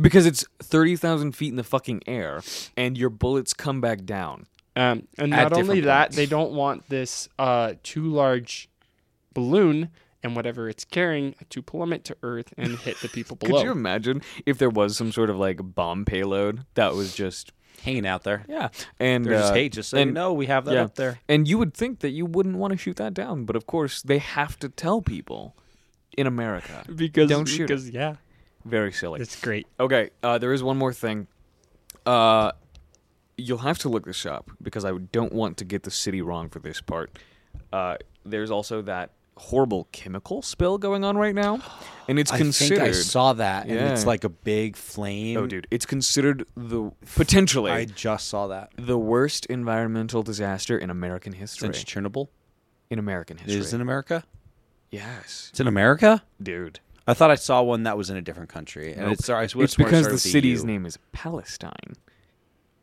S3: Because it's 30,000 feet in the fucking air and your bullets come back down.
S1: Um, and
S2: At
S1: not only
S2: different
S1: that,
S2: points.
S1: they don't want this uh, too large balloon and whatever it's carrying uh, to plummet to Earth and hit the people
S3: Could you
S1: below.
S3: imagine if there was some sort of like bomb payload that was just
S2: Hanging out there.
S3: yeah and
S2: They're just
S3: uh,
S2: hey, just so
S3: and
S2: you know, we have that
S3: yeah.
S2: up there.
S3: and you would think that you wouldn't want to shoot that down, but of course they have to tell people in America.
S1: because
S3: Don't shoot it.
S1: Because yeah,
S3: Very silly.
S1: it's great.
S3: Okay, uh, there is one more thing. Uh, you'll have to look this up because I don't want to get the city wrong for this part. Uh, there's also that horrible chemical spill going on right now, and it's considered.
S2: I think I saw that, and
S3: Yeah.
S2: it's like a big flame.
S3: oh, dude, it's considered the potentially
S2: I just saw that.
S3: the worst environmental disaster in American history.
S2: Since Chernobyl
S3: in American
S2: it
S3: history,
S2: is in America,
S3: yes,
S2: it's in America.
S3: dude.
S2: I thought I saw one that was in a different country, and
S3: Nope.
S2: it's sorry, I
S3: It's
S2: would've sworn it
S3: because
S2: started with
S3: the
S2: a
S3: city's
S2: U.
S3: name is Palestine.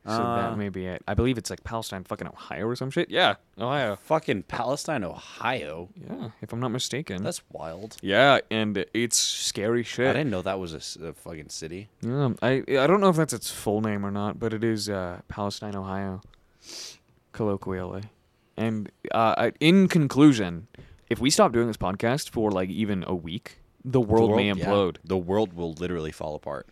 S3: So
S2: Ah.
S3: that may be it. I believe it's like Palestine, fucking Ohio or some shit. Yeah, Ohio.
S2: Fucking Palestine, Ohio.
S3: Yeah, if I'm not mistaken.
S2: That's wild.
S3: yeah, and it's scary
S2: I
S3: shit.
S2: didn't know that was a s- a, fucking city.
S3: Yeah, I I don't know if that's its full name or not, but it is uh, Palestine, Ohio, colloquially. And uh, I- in conclusion, if we stop doing this podcast for like even a week, the world, may
S2: yeah.
S3: implode.
S2: The world will literally fall apart.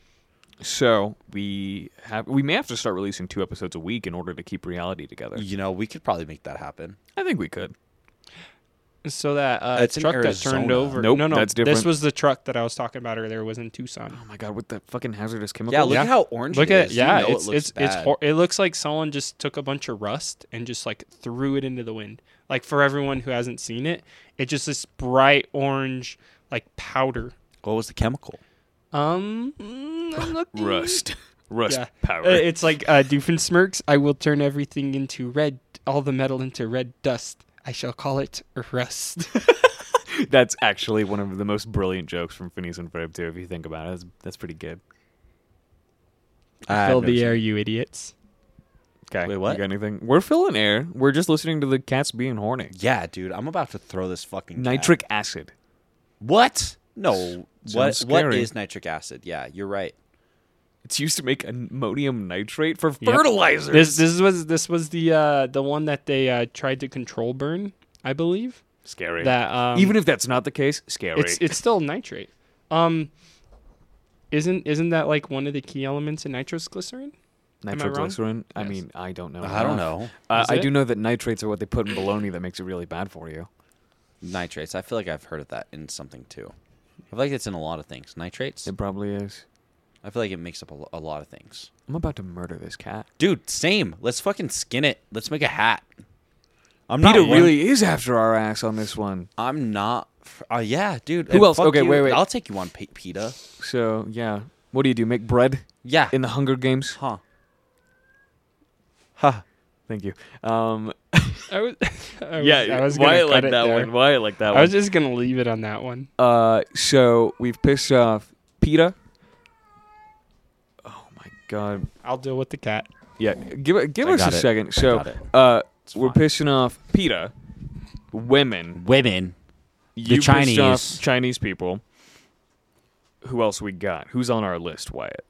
S3: So we have we may have to start releasing two episodes a week in order to keep reality together.
S2: You know, we could probably make that happen.
S3: I think we could.
S1: So that uh,
S2: That's in
S1: truck that turned
S2: Arizona.
S1: over.
S3: Nope,
S1: no, no,
S3: that's
S1: This
S3: different.
S1: was the truck that I was talking about earlier. Was in Tucson.
S3: Oh my god, with that fucking hazardous chemical.
S2: Yeah, look
S1: Yeah.
S2: at how orange.
S1: Look
S2: it
S1: at
S2: is.
S1: it,
S2: You
S1: yeah,
S2: know
S1: it's
S2: it looks
S1: it's it's
S2: bad.
S1: hor- it looks like someone just took a bunch of rust and just like threw it into the wind. Like for everyone who hasn't seen it, it's just this bright orange like powder.
S2: What was the chemical?
S1: Um, mm, I'm looking.
S3: rust, rust
S1: Yeah.
S3: power.
S1: Uh, It's like uh, Doofensmirks. I will turn everything into red, all the metal into red dust. I shall call it rust.
S3: That's actually one of the most brilliant jokes from Phineas and Ferb too. If you think about it, that's, that's pretty good.
S2: I
S1: Fill
S2: have no
S1: the air, you idiots.
S3: Okay,
S2: Wait, what?
S3: You got anything? We're filling air. We're just listening to the cats being horny.
S2: clue. Yeah, dude, I'm about to throw this fucking cat.
S3: Nitric acid.
S2: What? No. What?
S3: Sounds
S2: What
S3: scary.
S2: is nitric acid? Yeah, you're right.
S3: It's used to make ammonium nitrate for
S1: Yep.
S3: fertilizer.
S1: This this was this was the uh, the one that they uh, tried to control burn, I believe.
S3: scary.
S1: That um,
S3: Even if that's not the case, scary.
S1: it's it's still nitrate. Um, isn't isn't that like one of the key elements in nitroglycerin? I wrong?
S3: nitroglycerin. I,
S1: Yes.
S3: mean, I don't know.
S2: I don't
S3: enough.
S2: know.
S3: Uh,
S1: Is
S3: I
S1: it?
S3: do know that nitrates are what they put in bologna that makes it really bad for you.
S2: Nitrates. I feel like I've heard of that in something too. I feel like it's in a lot of things. Nitrates.
S3: It probably is.
S2: I feel like it makes up a, lo- a lot of things.
S3: I'm about to murder this cat.
S2: Dude, same. Let's fucking skin it. Let's make a hat. I'm
S3: Peter
S2: not one-
S3: really is after our ass on this one.
S2: I'm not. f- Uh, yeah, dude.
S3: Who
S2: uh,
S3: else?
S2: fuck
S3: Okay,
S2: you.
S3: wait, wait.
S2: I'll take you on P- PETA.
S3: So yeah, what do you do? Make bread
S2: Yeah.
S3: in the Hunger Games?
S2: huh. Huh.
S3: Thank you. Um,
S1: I was, I was I was gonna cut it there.
S3: Why like that
S1: I was just gonna leave it on that one.
S3: Uh, so we've pissed off PETA. Oh my god.
S1: I'll deal with the cat.
S3: Yeah, give it- give
S2: I
S3: us a
S2: got it.
S3: second.
S2: I
S3: So,
S2: got it.
S3: uh, We're pissing off PETA, women,
S2: Women.
S3: you pissed off
S2: Chinese.
S3: Chinese people. Who else we got? Who's on our list, Wyatt?